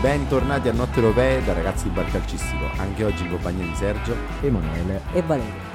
Bentornati a Notte Europee da Ragazzi di Bar Calcistico, anche oggi in compagnia di Sergio. Emanuele, E Valerio.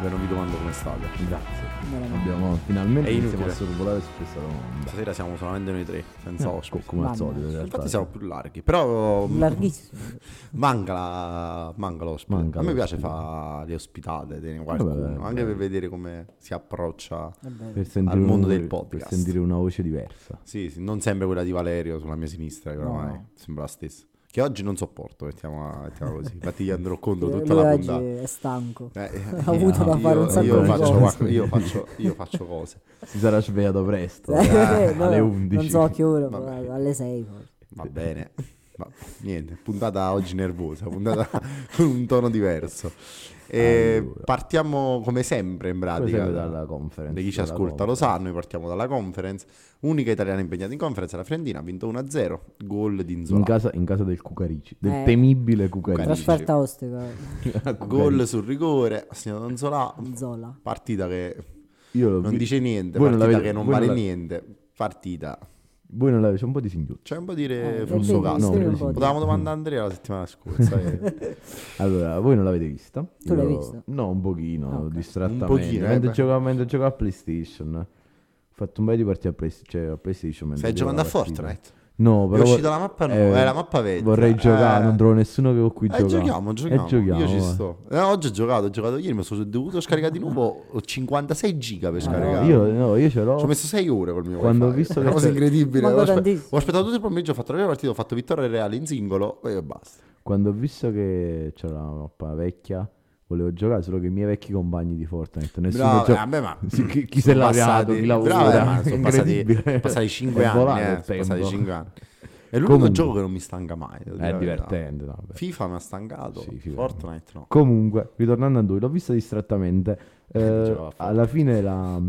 Beh, non vi domando come state. grazie. Veramente. Abbiamo È finalmente iniziato inutile. a sorvolare su questa domanda. Stasera siamo solamente noi tre, senza No, co- ospiti. come al Mamma. solito in realtà. Infatti siamo più larghi, però mh, Larghissimo. manca, la, manca l'ospite. Manca A me piace l'ospite. fare le ospitate, tenere qualcuno, Vabbè, anche beh. per vedere come si approccia. Vabbè. per sentire al mondo una- del podcast. Per sentire una voce diversa. Sì, sì, non sempre quella di Valerio sulla mia sinistra, che No, oramai no. sembra la stessa. Che oggi non sopporto, mettiamola, mettiamola così. Infatti gli andrò conto Lui tutta la oggi puntata. è stanco. Eh, eh, Ha avuto da io- fare un sacco io di faccio, cose. guarda, io, faccio, io faccio cose. Si sarà svegliato presto, Eh, eh, no, alle 11. Non so a che ora, ma Vabbè. alle 6 forse. Va bene. Ma niente, puntata oggi nervosa, puntata con un tono diverso. E Allora. Partiamo come sempre in Come pratica. sempre dalla conference. di chi ci dalla ascolta lo sa, noi partiamo dalla conference. Unica italiana impegnata in conference, la Fiorentina ha vinto 1-0, gol di In Inzola. casa, in casa del Cucarici, del Eh. temibile Cucarici. Trasferta eh, ostica. Gol sul rigore, segnato Inzola, Zola. partita che Io l'ho non vi- dice niente, Voi non partita l'avete- che non voi non vale l'avete- niente, partita. Voi non l'avete, c'è un po' di signori. C'è un po' dire Eh, flusso vedi, caldo. sì, un po' di- Potevamo domandare a Andrea la settimana scorsa. eh. Allora, voi non l'avete vista? Tu l'hai Io- vista? No, un pochino, Ah, ok. distrattamente. Un pochino, eh, mentre, beh. giocavo, mentre giocavo a PlayStation. Ho fatto un paio di partite a, Playst- cioè, a PlayStation. mentre Stai giocando a giocavo la partita. Fortnite? No, È però... uscita la mappa nuova, eh, è la mappa vecchia. Vorrei giocare, eh. non trovo nessuno che ho qui Eh, giocato. giochiamo, giochiamo. Eh, giochiamo. Io ci eh. sto. Eh, oggi ho giocato, ho giocato ieri, mi sono dovuto scaricare di nuovo ho 56 giga per No, scaricare. io, no, io ce l'ho. Ci ho messo 6 ore col mio Quando ho wifi. visto Una che- cosa incredibile. Ma Ho, aspe- tantissimo. ho aspettato tutto il pomeriggio, ho fatto la mia partita, ho fatto vittoria reale in singolo e basta. Quando ho visto che c'era la mappa vecchia, volevo giocare, solo che i miei vecchi compagni di Fortnite, nessuno Bravo, gioca- eh, vabbè, ma Sì, chi, chi si è sono laureato, passati- chi lavora, bravo, eh, ma sono passati, Incredibile. sono passati 5 È anni, volato eh, il sono passati tempo. 5 anni. È l'unico Comunque. gioco che non mi stanca mai. devo dire È la verità. divertente, no, vabbè. FIFA mi ha stancato, Sì, FIFA. Fortnite no. Comunque, ritornando a lui, l'ho vista distrattamente. Eh, Giocava a Fortnite. alla fine la,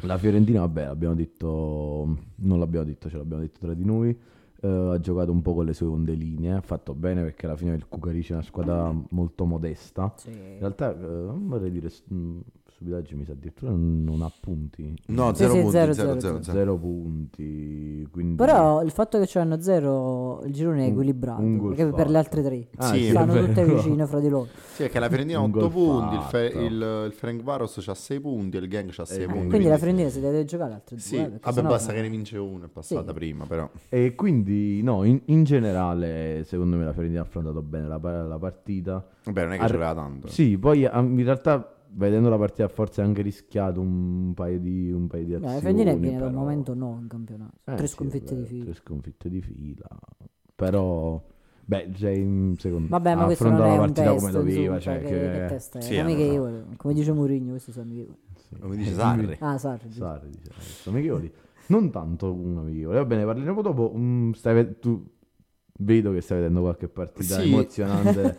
la Fiorentina, vabbè, l'abbiamo detto, non l'abbiamo detto, ce l'abbiamo detto tra di noi. eh, ha giocato un po' con le sue ondeline, ha fatto bene perché alla fine il Cucarici è una squadra molto modesta. In Sì. realtà, eh, non vorrei dire mh, stupidaggini, mi sa addirittura non ha punti. No, Sì, 0 sì, punti, zero, 0 zero, zero. Zero punti. Quindi... Però il fatto che c'erano zero, il girone è Un- equilibrato. un gol perché per le fatto. altre tre Ah, Sì, è stanno tutte vero. vicine fra di loro. Sì, perché la Fiorentina ha Un 8 gol punti, il, Fe- fatto. il, il Ferenc Varos ha 6 punti, il Gang ha 6 Eh, punti. Quindi quindi- la Fiorentina si deve giocare le altre due. Sì, eh, perché vabbè, sennò- basta che ne vince uno, è passata Sì. prima però. E quindi, no, in, in generale, secondo me la Fiorentina ha affrontato bene la, pa- la partita. Vabbè, non è che Ar- c'era tanto. Sì, poi ah, in realtà, vedendo la partita, forse ha anche rischiato un paio di, un paio di No, azioni. la Fiorentina viene da un però- momento no in campionato. Eh, tre sì, sconfitte vabbè, di fila. Tre sconfitte di fila. Però, beh, James, secondo Vabbè, ma ha questo non affrontato è la partita un test, come doveva. insomma, cioè, che, che- che test è Sì, amichevole, come dice Mourinho, questo sono amichevoli. Sì. Come dice Eh, Sarri. Ah, Sarri. giusto. Sarri dice adesso amichevoli. Non tanto un amichevole. Va bene, parleremo dopo. Mm, stai ve- tu vedo che stai vedendo qualche partita Sì. emozionante.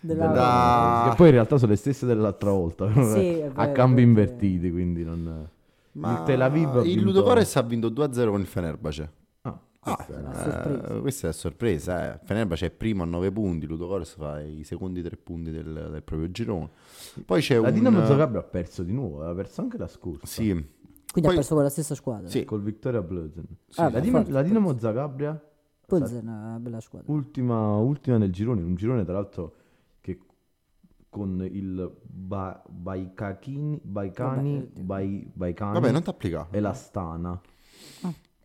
Della- Da- Che poi in realtà sono le stesse dell'altra volta. Cioè, Sì, è a vero, cambi perché- invertiti, quindi non... Ma il Tel Aviv ha il vinto- Ludogorets ha vinto 2-0 con il Fenerbahce. Ah, Ah, questa era- A sorpresa. eh, questa è a sorpresa. Eh. Fenerbahce è primo a 9 punti, Ludogorets fa i secondi 3 punti del, del proprio girone. Poi c'è La un... Dinamo Zagabria ha perso di nuovo, aveva perso anche la scorsa. Sì, Quindi Poi- ha perso con la stessa squadra. sì. Col Victoria Blözen. Sì, la, beh, Dinamo- forte, la Dinamo Zagabria Pilsen è una bella squadra. Ultima, ultima nel girone, un girone tra l'altro che con il ba- Baikakini, Baikani, Vabbè, eh, Bai- Baikani Vabbè, non ti applica. e la Stana.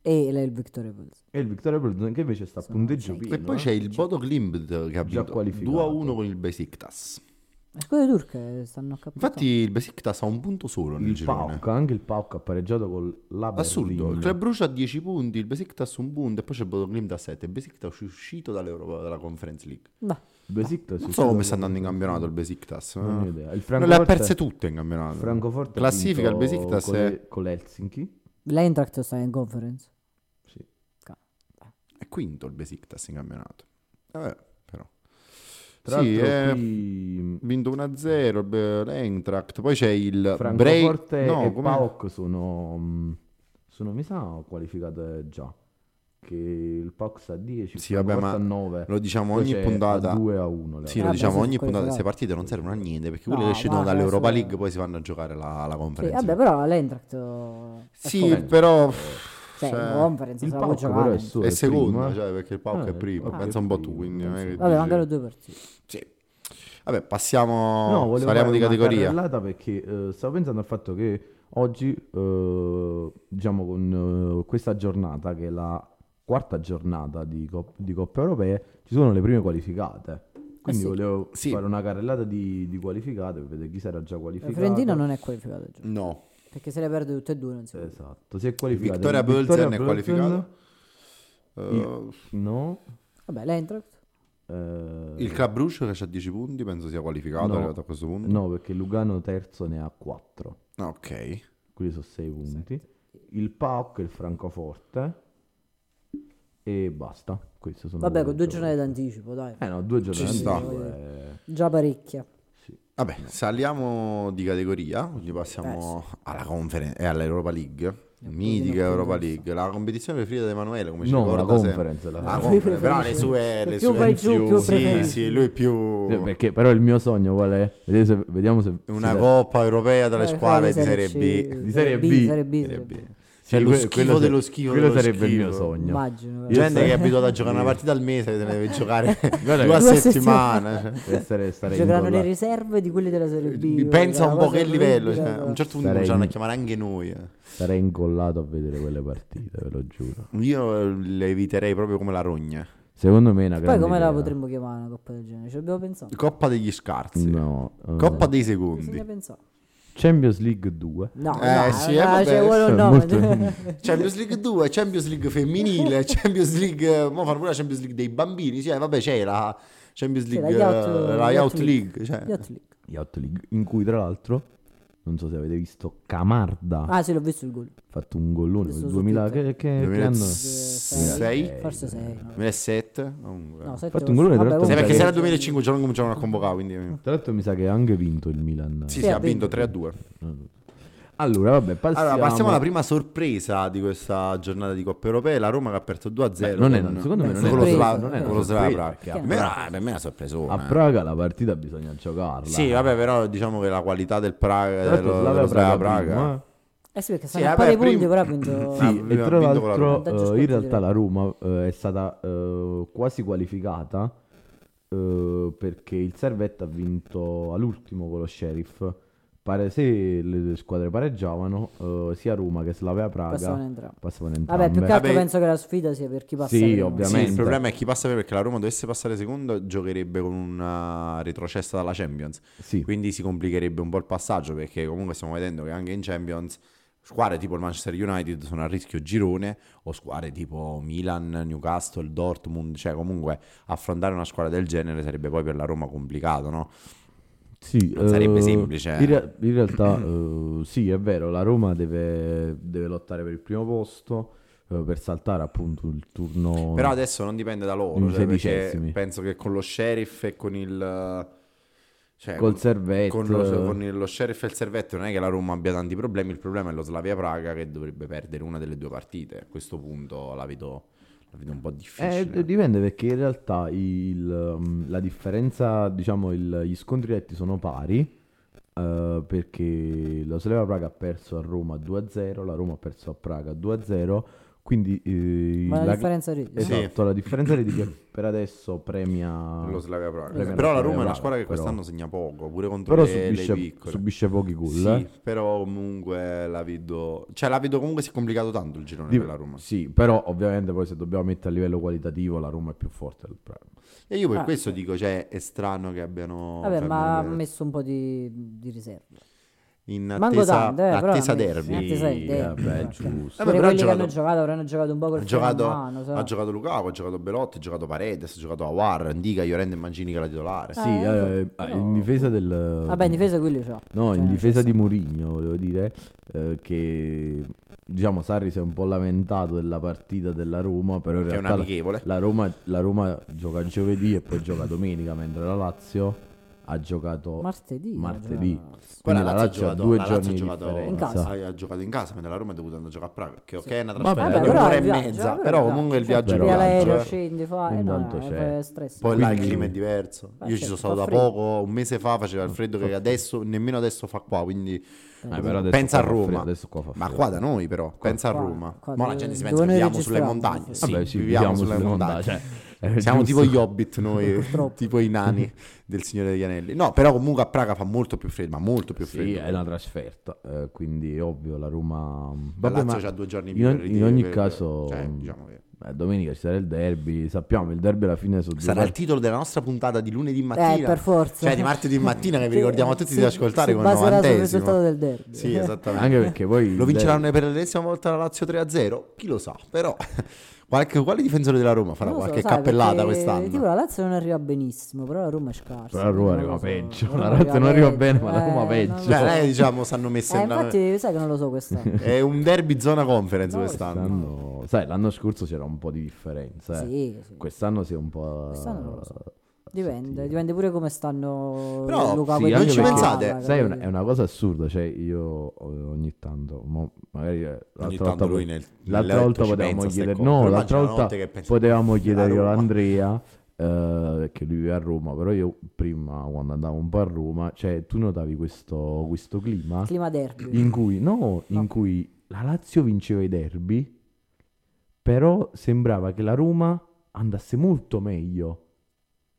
E lei è il Victoria Pilsen. E il Victoria Pilsen che invece sta a Sono punteggio sei. pieno. E poi c'è il Bodo Glimt che ha Eh, Già vinto qualificato. 2-1 con il Besiktas. Le squadre turche stanno a Infatti il Besiktas ha un punto solo nel il girone. Pauk, anche il Pauk ha pareggiato con la Assurdo, il Club Bruce ha 10 punti, il Besiktas un punto e poi c'è il Bodo Glimt a 7. Il Besiktas è uscito dall'Europa, dalla Conference League. Besiktas Non so come sta andando in campionato il Besiktas. Non ne ho eh. idea. Il Non le ha Francoforte- perse tutte in campionato. Francoforte ha Classifica il vinto Besiktas eh. con, è... le- con l'Helsinki. L'Eintracht sta in conference. Sì. è quinto il Besiktas in campionato. Eh, però. Tra sì, l'altro eh, qui vinto 1-0 il Be- eh, l'Eintracht, poi c'è il Break... Francoforte eh, No, e come... Paok sono, mh, sono, mi sa, qualificate già. Che il Paok sta a 10, Sì, il vabbè, Francoforte ma a 9. lo diciamo ogni puntata. 2 a 1. Sì, Eh, lo diciamo vabbè, sì, ogni quelli puntata, queste là. partite non servono a niente perché quelle No, che scendono va, dall'Europa adesso- League poi si vanno a giocare la, la Sì, conferenza. vabbè, però l'Eintracht... eh, è Sì, forte. però pff, Cioè, Cioè, in conference Il se la può Pauk però giocare. è solo È il primo, seconda, eh. cioè, perché il Pauk Ah, è primo. il Pauk Pensa è un po' tu, primo, quindi. penso. non è che Vabbè, dici- mancano due partite. Sì. Vabbè, passiamo. No, volevo parliamo fare di una categoria. carrellata perché eh, stavo pensando al fatto che oggi, eh, diciamo, con eh, questa giornata, che è la quarta giornata di, Cop- di Coppa Europea, ci sono le prime qualificate. Quindi sì. volevo Ah, Sì. fare una carrellata di, di qualificate per vedere chi sarà già La qualificato. Fiorentina non è qualificata, giusto? No, perché se le perde tutte e due non si può. Esatto, si è qualificata. Vittoria Bölzen è qualificata. Eh, No. Vabbè, l'Eintracht. eh, il Cabruccio che ha 10 punti, penso sia qualificato. No. È arrivato a questo punto. no, perché Lugano terzo ne ha 4. Ah, Ok. quindi sono 6 punti. Il PAOK, il Francoforte e basta. Queste sono Vabbè, le con due giornate d'anticipo, dai. Eh no, due giornate. Ci sta. d'anticipo, eh, Già parecchia. sì. Vabbè, saliamo di categoria, quindi Eh, passiamo alla conference e all'Europa League. Mitica non Europa conference. League, la competizione preferita di Emanuele, come ci No, la ricorda sempre. conference. La La Ah, conference. conference, però le sue, le Più sue vai giù, più sì, preferisci. sì, lui è più Eh, Perché però il mio sogno qual è? Vediamo se... Vediamo se una se- coppa europea tra le Eh, squadre di sai, Serie C, B. Di Serie B. Serie B, Serie Serie B. B. cioè, lo que- schifo quello dello se- schifo Quello dello sarebbe il mio schifo. sogno. Immagino. Io vabbè. Gente che è abituata a giocare una partita al mese, se ne deve giocare Guarda due a che- Due a settimana. cioè. Essere, stare Giocheranno le incollato. riserve di quelli della Serie B. Pensa guarda, un una po' che cosa livello, cioè, a orribile, un certo punto Sarei- cominciano a chiamare anche noi. eh. Sarei incollato a vedere quelle partite, ve lo giuro. Io eh, le eviterei proprio come la rogna. Secondo me è una Poi grande come la idea. potremmo chiamare una coppa del genere? Ci abbiamo pensato. Coppa degli scarsi. No. eh, Coppa dei Bisogna secondi. pensare. Champions League 2. No, Eh, no, sì, no, eh, vabbè, cioè, quello cioè, no. molto- Champions League 2, Champions League femminile, Champions League, mo fanno pure la Champions League dei bambini, sì, eh, vabbè c'è la Champions Sì, la League, Youth- eh, la Youth Youth League, cioè. Yacht League. Yacht League, in cui tra l'altro, non so se avete visto, Camarda ha Ah, sì, l'ho visto il gol. fatto un gollone Questo nel su 2000 che, Twitter. che- che anno è? 2006, sei. Forse 6. 2007, comunque. No, 7 Fatto un gol, tra l'altro, Sì, perché Comunque- se era 2005 già non cominciavano a convocare, quindi... Tra l'altro mi sa che ha anche vinto il Milan. Sì, Sì, sì, ha ha vinto vinto. 3 a 2. Allora, vabbè, passiamo. Allora, passiamo alla prima sorpresa di questa giornata di Coppa Europea, la Roma che ha perso 2 a 0. Beh, non è- secondo me non è con lo sorpresa, Sla- non è con una lo Slavia sorpresa, Praga. perché Per me era- per me è una sorpresa. A Praga la partita bisogna giocarla. Sì, vabbè, però diciamo che la qualità del Praga, Tra l'altro dello, Slavia dello Slavia Praga Praga, prima, eh. Eh sì, perché Sì, sono a vabbè, pari punti, prim- però ha vinto... Ah, Sì, prima- e ha tra vinto con la Roma. l'altro Vantaggio eh, in sportivo. realtà la Roma eh, è stata eh, quasi qualificata eh, perché il Servette ha vinto all'ultimo con lo Sheriff. Pare se le due squadre pareggiavano, eh, sia Roma che Slavia Praga Passavano entrambi. passavano Vabbè, entrambe. più che altro Vabbè. penso che la sfida sia per chi passa. Sì, prima. Sì, ovviamente. il problema è chi passa prima, perché la Roma dovesse passare secondo giocherebbe con una retrocessa dalla Champions. Sì, Quindi si complicherebbe un po' il passaggio perché comunque stiamo vedendo che anche in Champions squadre tipo il Manchester United sono a rischio girone o squadre tipo Milan, Newcastle, Dortmund, cioè comunque affrontare una squadra del genere sarebbe poi per la Roma complicato, no? sì, Non sarebbe eh, semplice. In, rea- in realtà, eh, sì, è vero, la Roma deve, deve lottare per il primo posto eh, per saltare appunto il turno. Però eh, adesso non dipende da loro, In cioè, perché sedicesimi. penso che con lo Sheriff e con il uh, cioè, Col con- Servette. con lo, eh, con il- lo Sheriff e il Servetto non è che la Roma abbia tanti problemi, il problema è lo Slavia Praga che dovrebbe perdere una delle due partite. A questo punto la vedo, la vedo un po' Eh, difficile. d- dipende perché in realtà il, mm, la differenza, diciamo, il- gli scontri diretti sono pari. eh, perché lo Slavia Praga ha perso a Roma 2-0, la Roma ha perso a Praga 2-0, quindi eh, Ma la, la- differenza è rete. Sì. esatto, la differenza reti che per adesso premia lo Slavia Praga. Premia Però lo la Roma Slavia è una Praga, squadra che però. quest'anno segna poco, pure contro però le, le subisce, piccole. subisce pochi gol. Sì, eh. però comunque la vedo, cioè la vedo comunque si è complicato tanto il girone Di- per la Roma. sì, però ovviamente poi se dobbiamo mettere a livello qualitativo la Roma è più forte del Praga. E io per Ah, questo sì. dico, cioè, è strano che abbiano Vabbè, cioè, ma ha abbiano- messo un po' di, di riserva. in Manco attesa, tanto, eh, però attesa ha messo- derby. in attesa del derby. Eh, beh, Vabbè. giusto. Vabbè, però ha Pure Cioè, quelli che hanno giocato- giocato avranno giocato un po' Ha col freno in giocato, mano. sai. ha giocato Lukaku, ha giocato Belotti, ha giocato Paredes, ha giocato Awar, Andica, Llorente e Mancini che è la titolare. Sì, Eh, eh, eh, però- in difesa del... Vabbè, in difesa quelli c'ha. No, Cioè, in difesa nel di Mourinho volevo dire eh, che diciamo Sarri si è un po' lamentato della partita della Roma, però in Che è un realtà la, amichevole. la Roma, la Roma gioca giovedì e poi gioca domenica, mentre la Lazio ha giocato Martedì. martedì. cioè, sì. Quindi Poi la Lazio ha giocato- due la Lazio giorni di ha giocato, differenza. In casa. Ha, ha giocato in casa, mentre la Roma è dovuta andare a giocare a Praga, che ok Sì. è una Vabbè, trasferta di però un'ora e il viaggio, mezza, vabbè, però dai. comunque il viaggio è Però Vedi l'aereo, viaggio. eh. scendi, fa, eh, Ogni no, tanto eh, c'è. poi è stress. Poi là il Quindi- clima è diverso. Ah, Io ci certo, sono stato fa da freddo. poco, un mese fa faceva il freddo che adesso, nemmeno adesso fa qua, quindi Eh, però adesso pensa a qua fa freddo, Roma. adesso qua fa Ma freddo. qua da noi però, pensa Qua- a Roma. qua Ma la dove- gente si dove pensa che noi viviamo sulle registriamo, montagne. sì. Sì, Vabbè, viviamo sulle montagne. cioè, è Siamo tipo giusto. gli hobbit noi, Purtroppo. tipo i nani del Signore degli Anelli. No, però comunque a Praga fa molto più freddo, ma molto più Sì, freddo. è una trasferta, eh, quindi ovvio la Roma... La Vabbè, Lazio ma c'ha due giorni in più per ogni- in ritiro, ogni per- caso- cioè, diciamo che- eh, domenica ci sarà il derby, sappiamo, il derby alla fine su due Sarà il partite- titolo della nostra puntata di lunedì mattina. per forza. Cioè di martedì mattina che vi Sì, ricordiamo a tutti sì, di ascoltare si con il baserà sul novantesimo. risultato del derby. Sì, esattamente. Anche perché poi... Lo il vinceranno per l'ennesima volta la Lazio 3-0? Chi lo sa, però qualche, quale difensore della Roma farà Non lo so, qualche sai, cappellata perché, quest'anno? Tipo la Lazio non arriva benissimo, però la Roma è scarsa. Però la Roma quindi arriva non lo so. peggio, Roma la Lazio non arriva bene, ma la eh, Roma non peggio. lo so. Cioè, non è che, diciamo, sanno messo Eh, in- infatti, sai che non lo so quest'anno. Eh, È un derby zona conference No, quest'anno. quest'anno- Sai, l'anno scorso c'era un po' di differenza. eh. Sì, sì. Quest'anno si è un po'... Quest'anno non lo so. a Dipende, sottile. dipende pure come stanno Però, Luca sì, Guidi- non anche ci perché, pensate? Guarda, Sai, è una, capito? è una cosa assurda. Cioè, io ogni tanto, mo magari eh, l'altra Ogni volta tanto lui po- nel l'altra nel letto volta ci potevamo pensa a ste chiedere, cose. no, Però l'altra immagino la volta notte che pensa, potevamo "La chiedere Roma". a Andrea. eh, perché lui vive a Roma, però io prima quando andavo un po' a Roma, cioè tu notavi questo, questo clima Clima derby. in cui, no, in Mm. No. cui la Lazio vinceva i derby, però sembrava che la Roma andasse molto meglio.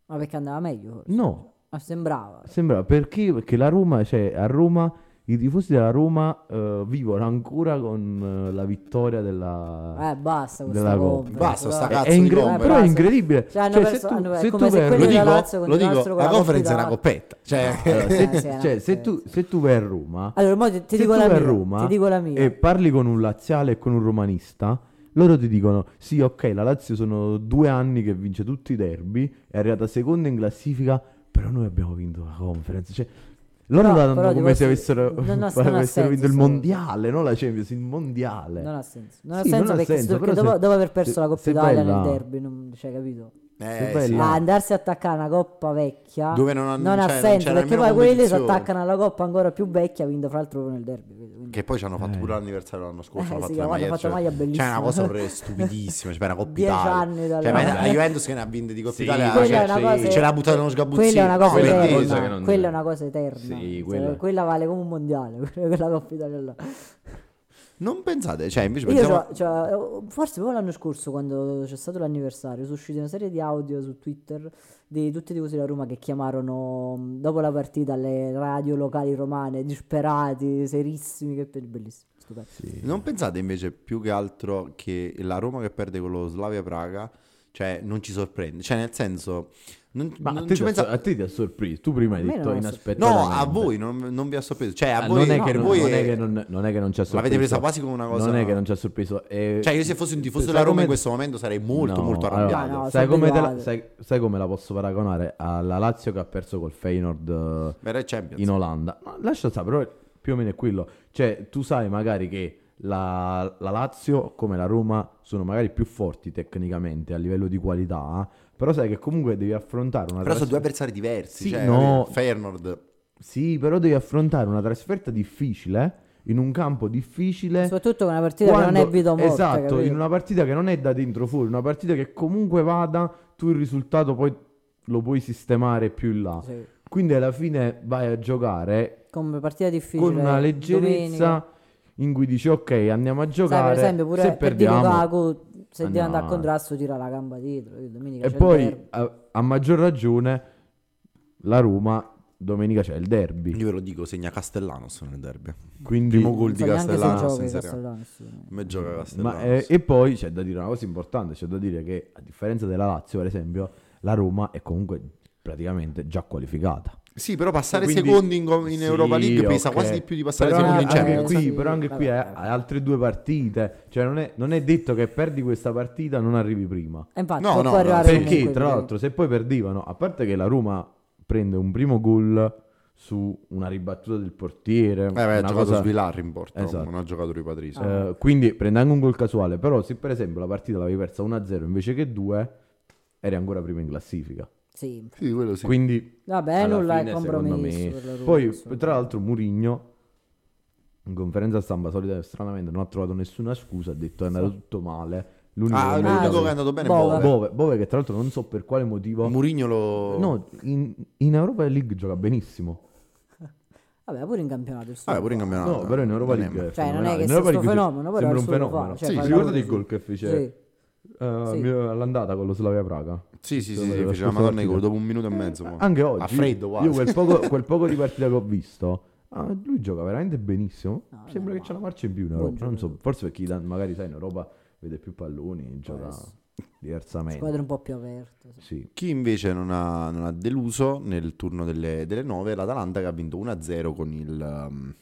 Ma perché andava meglio? forse? No, Ma sembrava. Sembra perché, perché la Roma, cioè a Roma i tifosi della Roma eh, vivono ancora con eh, la vittoria della... Eh, basta questa Della Coppa. Coppa. Basta sta È- cazzo è di ingre- Coppa. però è Basta. incredibile. Cioè, hanno Cioè, se perso- tu, hanno- è se come tu se per- Lo quelli dico, della Lazio lo dico, continuassero con la la conference è coppia una da- coppetta. Cioè, Allora, se, Eh, sì, no, cioè, se sì, tu, sì. se tu vai a Roma, Allora, mo ti, ti se dico tu la vai mia. a Roma eh, ti dico la mia. e parli con un laziale e con un romanista, loro ti dicono: Sì, ok, la Lazio sono due anni che vince tutti i derby, è arrivata seconda in classifica, però noi abbiamo vinto la conference. Cioè, loro Però- la danno però come dico se sì, avessero, non ha- non ha avessero senso vinto il sta cosa. mondiale, non la Champions, il mondiale. Non ha senso. Sì, Non ha senso non ha perché, senso, perché però dopo, se- dopo aver perso se- la Coppa se Italia vai là- nel derby, non, cioè, capito? eh, bello. sì. là. Ah, andarsi a attaccare una coppa vecchia Dove non ha- non ha cioè, non senso c'era perché nemmeno poi quelli si competizione. attaccano alla coppa ancora più vecchia, vinto fra l'altro nel derby. quindi- Che poi ci hanno fatto Eh. pure l'anniversario l'anno scorso. Eh, hanno sì, fatto la hanno maglia, fatto la cioè- maglia bellissima. Cioè, è una cosa orre- stupidissima. Cioè, una Coppa Dieci Italia. anni dalla- Cioè, ma la Vabbè. Juventus che ne ha vinte di Coppa Sì, Italia. quella cioè, è una cosa- e Ce l'ha buttata nello sgabuzzino. Quella è una cosa Quella è una eterna. cosa che non- Quella è una cosa eterna. Sì, Cioè, quella- quella... vale come un mondiale. Quella coppa Italia là. Non pensate, cioè, invece Io pensiamo... c'ho- c'ho- forse proprio l'anno scorso quando c'è stato l'anniversario sono uscite una serie di audio su Twitter di tutti i tifosi della Roma che chiamarono mh, dopo la partita alle radio locali romane disperati, serissimi, che pe- bellissimo, stupendo. Non pensate invece più che altro che la Roma che perde con lo Slavia Praga, cioè non ci sorprende, cioè nel senso non, Ma a non ci te, ti ha- pensate a te ti ha sorpreso, tu prima hai A me detto non ha inaspettato. No, a voi non, non vi ha sorpreso, cioè a Ah, voi, non, è che per non, voi non è è- che non, non è che non ci ha sorpreso. L'avete presa quasi come una cosa- Non è che non ci ha sorpreso. è- cioè io se fossi un tifoso Sai della Roma come- in questo momento sarei molto No, molto allora, arrabbiato. Ah, No, no, sai, sono come te la, derivate. sai- sai come la posso paragonare? Alla Lazio che ha perso col Feyenoord eh, Verrà il Champions. in Olanda. Ma lascia stare, però più o meno è quello. Cioè, tu sai magari che la, la Lazio, come la Roma, sono magari più forti tecnicamente a livello di qualità, però sai che comunque devi affrontare una Però sono due trasfer- avversari diversi, Sì, cioè no. Fernord Sì, però devi affrontare una trasferta difficile eh, in un campo difficile. Soprattutto con una partita che non è vita o morte, Eh. Esatto, capito? in una partita che non è da dentro fuori, una partita che comunque vada, tu il risultato poi lo puoi sistemare più in là. Sì. Quindi alla fine vai a giocare Come partita difficile. eh, con una leggerezza domenica. in cui dici ok, andiamo a Sai, giocare. per esempio, pure se per dire perdiamo, Lukaku, se deve andiamo andare a avanti. contrasto, tira la gamba dietro. Io Domenica E c'è il poi derby. a, a maggior ragione la Roma domenica c'è il derby. io ve lo dico, segna Castellano sono nel derby. Quindi Primo gol Non di so neanche se Castellano gioca in Serie A. Castellano, sì. Me gioca Castellano. Ma, eh, e poi c'è da dire una cosa importante, c'è da dire che a differenza della Lazio, per esempio, la Roma è comunque praticamente già qualificata. Sì, però passare Quindi- secondi in, in Sì, Europa League pesa ok. quasi di più di passare Però secondi in anche Champions. qui- Sì, però anche qui hai vabbè. hai altre due partite, cioè non è, non è detto che perdi questa partita non arrivi prima. E infatti, No, può no, può no, arrivare Perché comunque, tra perché- l'altro se poi perdivano, a parte che la Roma prende un primo gol su una ribattuta del portiere, Eh, beh, ha una giocato cosa- Svilar in porta, Esatto. non ha giocato Rui Patricio. Ah. Eh, quindi prende anche un gol casuale. Però, se per esempio la partita l'avevi persa 1-0 invece che 2, eri ancora prima in classifica. Sì. Sì, quello sì. Quindi Vabbè, Alla nulla fine, è secondo Eh, compromesso. per la me. Roma, Poi, insomma. tra l'altro, Murigno in conferenza stampa solita stranamente non ha trovato nessuna scusa, ha detto è andato tutto male. L'unico Ah, che l'unico meritava- che è andato bene è Bove. Bove. Bove, Bove che tra l'altro non so per quale motivo. Murigno lo... No, in, in Europa League gioca benissimo. Vabbè, pure in campionato. il suo Vabbè, Ah, pure in fa. campionato. no, però in Europa Non è- League. Cioè, non è fenomenale. che In sia Europa sto League fenomeno, però sembra un nessuno lo fa, fenomeno. cioè, sì, fa sì, la ricordate il Roma, gol che fece Sì. eh, Sì. mi- all'andata con lo Slavia Praga. Sì, sì, sì, Sì, sì, la fece la scorsa Madonna di partita. gol dopo un minuto e mezzo. mo. Anche oggi. A freddo, quasi. Io quel poco, quel poco di partita che ho visto, ah, lui gioca veramente benissimo. No, Sembra no, che no. c'è una marcia in più in Buon Europa. Non so, giocatore. forse perché dan- magari sai in Europa vede più palloni, gioca essere. diversamente. Squadre un po' più aperte. sì. Sì. Chi invece non ha, non ha deluso nel turno delle, delle 9 è l'Atalanta che ha vinto 1-0 con il... um,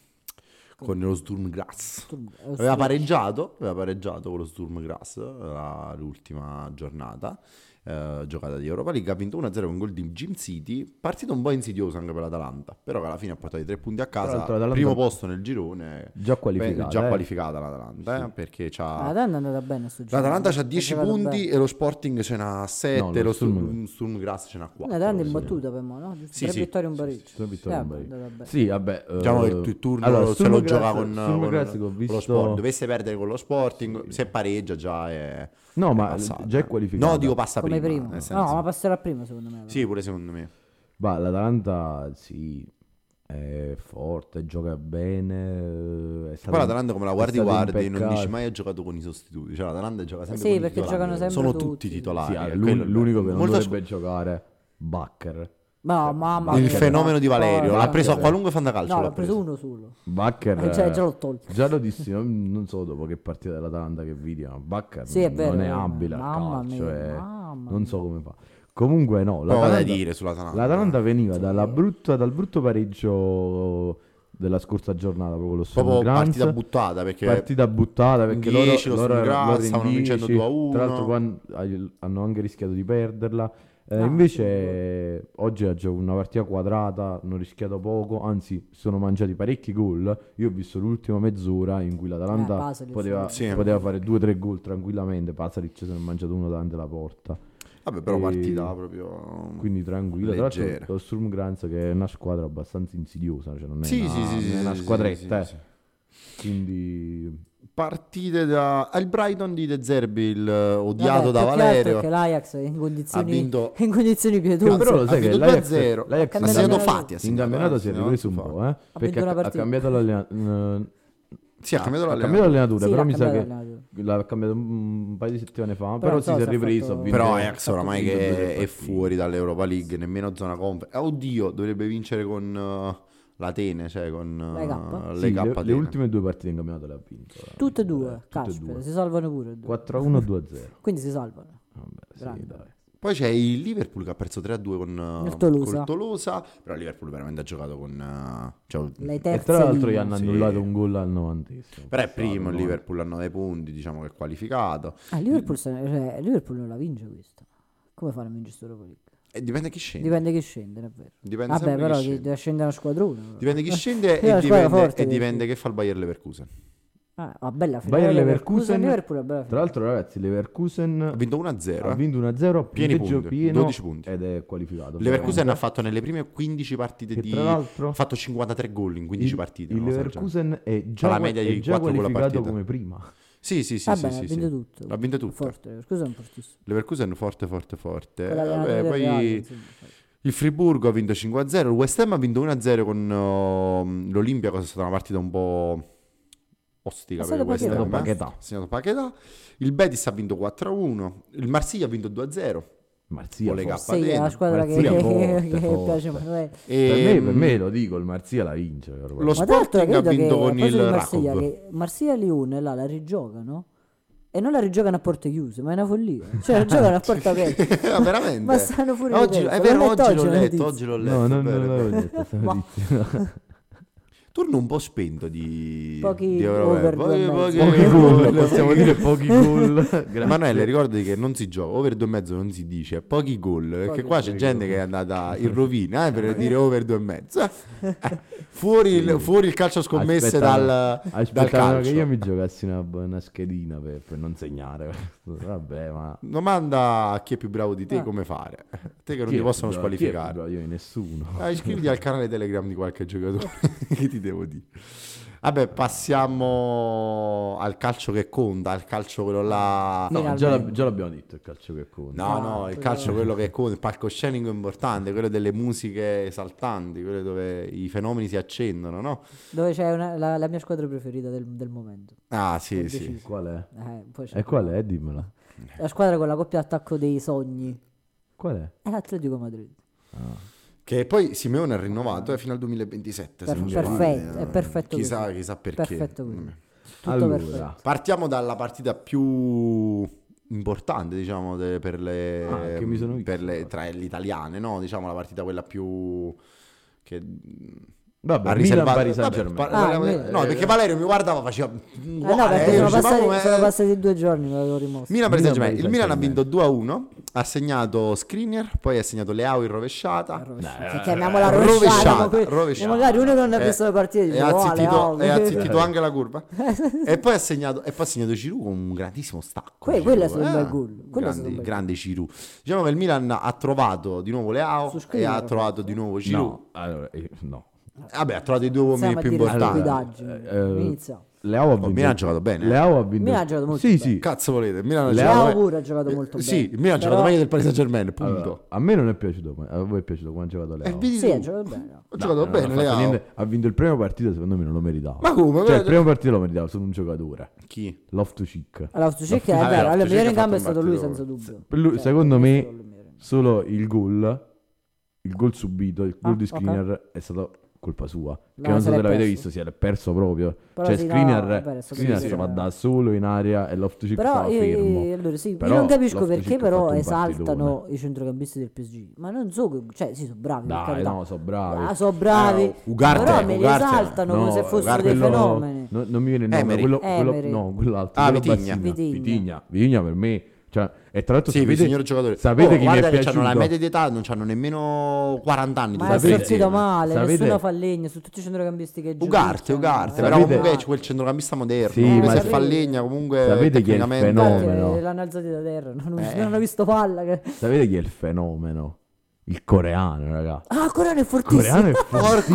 con lo Sturm Graz. Sturm- eh, Aveva Sturm- pareggiato, aveva pareggiato con lo Sturm Graz eh, l'ultima giornata eh, giocata di Europa League, ha vinto 1-0 con gol di Jim City, partita un po' insidiosa anche per l'Atalanta, però che alla fine ha portato i tre punti a casa, l'altro l'Atalanta- primo posto nel girone, Già qualificato. beh, già eh. qualificata l'Atalanta, eh, perché Ah, c'ha... l'Atalanta è andata bene sto gioco. L'Atalanta Ha ha 10 giocato punti bene. e lo Sporting ce n'ha 7, No, lo, lo Sturm- Sturm, Sturm Graz ce n'ha 4. L'Atalanta è imbattuta per me, no? Giusto? Sì, Tre sì. vittorie e un Sì, pareggio. Sono vittoria Eh, in Bari. è andata bene. Sì, vabbè. Diciamo eh, che il turno allora, se Sturm lo Graz- gioca con, Sturm con Graz che ho visto- lo Sport. Dovesse perdere con lo Sporting, se pareggia già è No, è ma passata. già è qualificata. No, dico passa Come prima, primo. nel senso. No, ma passerà prima secondo me. Sì, pure secondo me. Bah, l'Atalanta sì, è forte, gioca bene. eh, È Poi stata l'Atalanta come la guardi è stato guardi non impeccabile. dici mai ha giocato con i sostituti, cioè l'Atalanta gioca sempre Sì, con i perché titolari. giocano sempre Sono tutti. tutti titolari. Sì, eh, l'un- quello è il bello. l'unico che non Molto dovrebbe giocare, Bakker. Ma no, mamma il mia. fenomeno di Valerio, Poi- l'ha preso a Bakker. qualunque fantacalcio No, l'ha l'ho preso preso. uno solo. Bakker Eh, già- già l'ho tolto. già lo dissi, non, non so dopo che partita dell'Atalanta che video, ma Bakker Sì, è vero. non è eh, abile al Mamma calcio, mia, è- mamma non mia. Eh, so come fa. Comunque no, Poco da l'Atalanta, Boh, dire sull'Atalanta. l'Atalanta veniva Sì. dalla brutta- dal brutto pareggio della scorsa giornata, proprio lo proprio Sturm Graz. partita buttata perché partita buttata perché in loro, 10 lo loro, Sturm Graz, loro in stavano 10, vincendo 2 a 1. Tra l'altro quan- hai- hanno anche rischiato di perderla. Eh, Ah, invece oggi ha giocato una partita quadrata, hanno rischiato poco, anzi si sono mangiati parecchi gol. Io ho visto l'ultima mezz'ora in cui Eh, l'Atalanta Pasalic, poteva, Sì. poteva fare 2-3 gol tranquillamente, Pasalic se ne è mangiato uno davanti alla porta. vabbè, però E- partita proprio Quindi tranquillo. Tra Leggera. l'altro lo Sturm Graz che è una squadra abbastanza insidiosa, cioè non è Sì, una, sì, sì, non sì, è una sì, squadretta. sì, sì, eh. Quindi partite da al Brighton di De Zerbi il eh, Vabbè, odiato da più che altro è Valerio Che l'Ajax è in ha condizioni, vinto in condizioni Però pietose. Cazzo, lo ha sai che vinto l'Ajax, 2-0. l'Ajax Ha ha segnato Campionato- Fatti ha in segnato, campionato eh, si è sì, no? ripreso un po', eh, perché una ha, ha partita. cambiato l'allenatore. Sì, ha cambiato eh. ha la cambiato l'allenatore, Sì, però l'ha mi sa cambiato che allenatore. l'ha cambiato un paio di settimane fa, però, Però si, si è Zosa ha ripreso. fatto- ha vinto- Però Quindi, Ajax oramai vinto due, tre che è partite. fuori dall'Europa League, nemmeno zona conference. Oddio, dovrebbe vincere con eh, l'Atene, cioè con eh, La le Sì, le, K. le ultime due partite in campionato le ha vinte. Tutte e due, Eh, Tutte e caspita, si salvano pure. due. 4-1, 2-0. Quindi si salvano. Vabbè, sì, Grande. dai. Poi c'è il Liverpool che ha perso 3-2 con eh, Il Tolosa. col Tolosa, però il Liverpool veramente ha giocato con... eh, cioè, Le terze E tra l'altro gli linee. hanno Sì. annullato un gol al 90esimo. però è passato, primo il no? Liverpool a 9 punti, diciamo che è qualificato. Ah, Liverpool, se- cioè, Liverpool non la vince questa. Come fanno a vincere sto Europa League? E dipende chi scende. Dipende chi scende, è vero. Dipende Vabbè, sempre però chi chi- scende. deve scendere una squadrona. però. Dipende chi scende Io e la squadra dipende, forte e devo dipende che fa il Bayer Leverkusen. Ah, ma bella finale. Bayer Leverkusen. Leverkusen, Liverpool è bella Tra finale. l'altro, ragazzi, Ha Leverkusen vinto 1-0. ha eh. vinto 1-0, Pieni punteggio punti, pieno 12 punti. ed è qualificato. Leverkusen ha fatto nelle prime 15 partite Che di... tra l'altro- Ha fatto 53 gol in 15 il, partite. Il una cosa del genere. Leverkusen è già, Alla qua- media è di già quattro gol a qualificato partita. come prima. Sì, sì, sì, Vabbè, sì, ha sì, vinto sì. tutto. L'ha vinto tutto. Forte, Leverkusen è fortissimo. Leverkusen forte, forte, forte. Con l'allenatore Eh, Vabbè, del poi Real, insomma, cioè. il Friburgo ha vinto 5-0, il West Ham ha vinto 1-0 con ehm, l'Olimpia, cosa è stata una partita un po' ostica È per il stato West Ham. Paquetà. eh. Paquetà. Ha segnato Paquetà. Il Betis ha vinto 4-1, il Marsiglia ha vinto 2-0. Marzia, Con le forse. K. Sì, è la Patena. squadra che, Marzia che- forte, che forte. piace Eh, a Manuel. E, Per, me, per ehm, me, lo dico, il Marzia la vince. Lo però. Ma tra l'altro Sporting ha credo che vinto con a proposito il di Marsiglia, Rakov. che Marsiglia Lione là la rigiocano e non la rigiocano a porte chiuse, ma è una follia. Cioè la giocano a porta aperta. Ah, veramente? Ma stanno pure oggi, le è teste. vero, oggi L'ho letto l'ho oggi la letto, notizia. oggi l'ho letto. No, no, è no, vero, è vero. l'avevo detto. stavo Ma- dizio. Turno un po' spento di, Pochi di Eurover. over Pochi, due e pochi, mezzo. Pochi over. gol, possiamo dire pochi gol. Grazie. Emanuele, ricordati che non si gioca, over due e mezzo non si dice, pochi gol, perché Pochi qua c'è gol. gente che è andata in rovina eh, per dire over due e mezzo. Eh, fuori, il, fuori il calcio a scommesse Aspettano- dal, dal Aspettavano calcio. che io mi giocassi una, una schedina per, per non segnare. Vabbè, ma... Domanda a chi è più bravo di te Ah. come fare. Te che non Chi è ti possono più bravo? Chi è più squalificare. bravo? Io nessuno. Ah, iscriviti al canale Telegram di qualche giocatore, che ti devo dire. Vabbè, passiamo al calcio che conta, al calcio quello là... No, già, l'ab- Finalmente. già l'abbiamo detto il calcio che conta. No, Ah, no, il quello- calcio quello che conta, il palcoscenico importante, quello delle musiche esaltanti, quello dove i fenomeni si accendono, no? Dove c'è una- la, la mia squadra preferita del, del momento. Ah, sì, Ho sì. deciso. Qual è? Eh, poi c'è E qual è? Dimmela. La squadra con la coppia attacco dei sogni. Qual è? Ah, È l'Atletico Madrid. Che poi Simeone ha rinnovato eh, fino al 2027. se Per- non sbaglio. perfetto, è perfetto Chissà, così. chissà perché. Perfetto così. Tutto allora, perfetto. Partiamo dalla partita più importante, diciamo, de- per le, Ah, che mi sono visto. per le- tra le italiane, no? Diciamo la partita quella più che vabbè, ha Milan riservato Paris Saint Vabbè, Germain. par- Ah, parliamo- Milan. No, perché Valerio mi guardava faceva Eh uguale, no, perché eh, sono io dicevo, passati, "Ma sono com'è?" passati due giorni, me l'avevo rimosso. Milan Paris Milan, Saint-Germain. Il Paris Milan ha vinto Saint-Germain. 2-1, ha segnato Skriniar, poi ha segnato Leao in rovesciata. Rovesciata. chiamiamola rovesciata, ma que- rovesciata. ma magari uno non ha Eh, visto la partita e e dice, ha "Oh, zittito, Leao". e ha zittito anche la curva e poi ha segnato e poi ha segnato Giroud con un grandissimo stacco Que- Giroud, quello è stato un eh. bel gol, quello è stato grande, un bel grande Giroud diciamo che il Milan ha trovato di nuovo Su Leao e Skriniar, ha trovato di nuovo Giroud No, allora, eh, no. vabbè ha trovato i due uomini Stiamo a più dire importanti stupidaggini. il Stupidaggini. Eh, eh, Inizia. Leao ha vinto. Milan ha giocato bene eh. Leao ha vinto. Milan ha giocato molto Sì, bene. sì. cazzo volete il Milan ha Leao giocato Leao pure ha giocato molto Eh, bene. sì il Milan ha Però- giocato meglio del Paris Saint Germain punto Allora, a me non è piaciuto, ma a voi è piaciuto come ha giocato e Leao. vedi Eh, Sì, tu. ha giocato bene. ha giocato No, non ha bene fatto Leao niente. Ha vinto il primo partito, secondo me non lo meritava. ma come Cioè, il primo partito lo meritava solo un giocatore. chi Love to Chic. Allora, Fusicchi è Vabbè, vero, allora, il Fusicchi migliore ha in campo è fatto un stato lui partito- senza dubbio. Per lui, Cioè, secondo questo me, è il migliore. solo il gol, il gol subito, il gol Ah, di ok. Screener è stato colpa sua. No, che non se so l'è se l'avete perso. visto, si era perso proprio. Però cioè, sì, no, Screener, vabbè, è stato Skriniar sì, si sì. va da solo in aria e Loftus-Cheek Però stava io, fermo. io- allora, sì, Però io non capisco Loftus-Cheek perché ha fatto però un esaltano partitone. i centrocampisti del PSG. Ma non so, che- cioè sì, sono bravi, per Dai, carità. no, sono bravi. Ah, sono bravi. Ah, Ugarte, però me li Ugarte. esaltano come No, se fossero guarda, dei quello- fenomeni. no- non mi viene il nome, Emery. quello, quello- Emery. no, quell'altro. Ah, quello Vitigna. bassino. Vitigna. Vitigna. Vitigna per me. Cioè, e tra l'altro, sì, il sapete, signor giocatore. sapete Oh, chi mi guarda è che hanno la piaciuto? media di età, non hanno nemmeno 40 anni. tutti Ma è quanti Sapete- sortito insieme. male, sapete- nessuno fa legno su tutti i centrocampisti che giocano. Ugarte, cioè, Ugarte, eh, però Sapete- comunque c'è quel centrocampista moderno, Sì, comunque ma se sapete- fa legna comunque sapete chi è il tecnicamente Infatti, fenomeno? eh, l'hanno alzati da terra, non, Eh. non hanno visto palla. Che... Sapete chi è il fenomeno? Il coreano, raga. Ah, Corano è Il coreano fortissimo.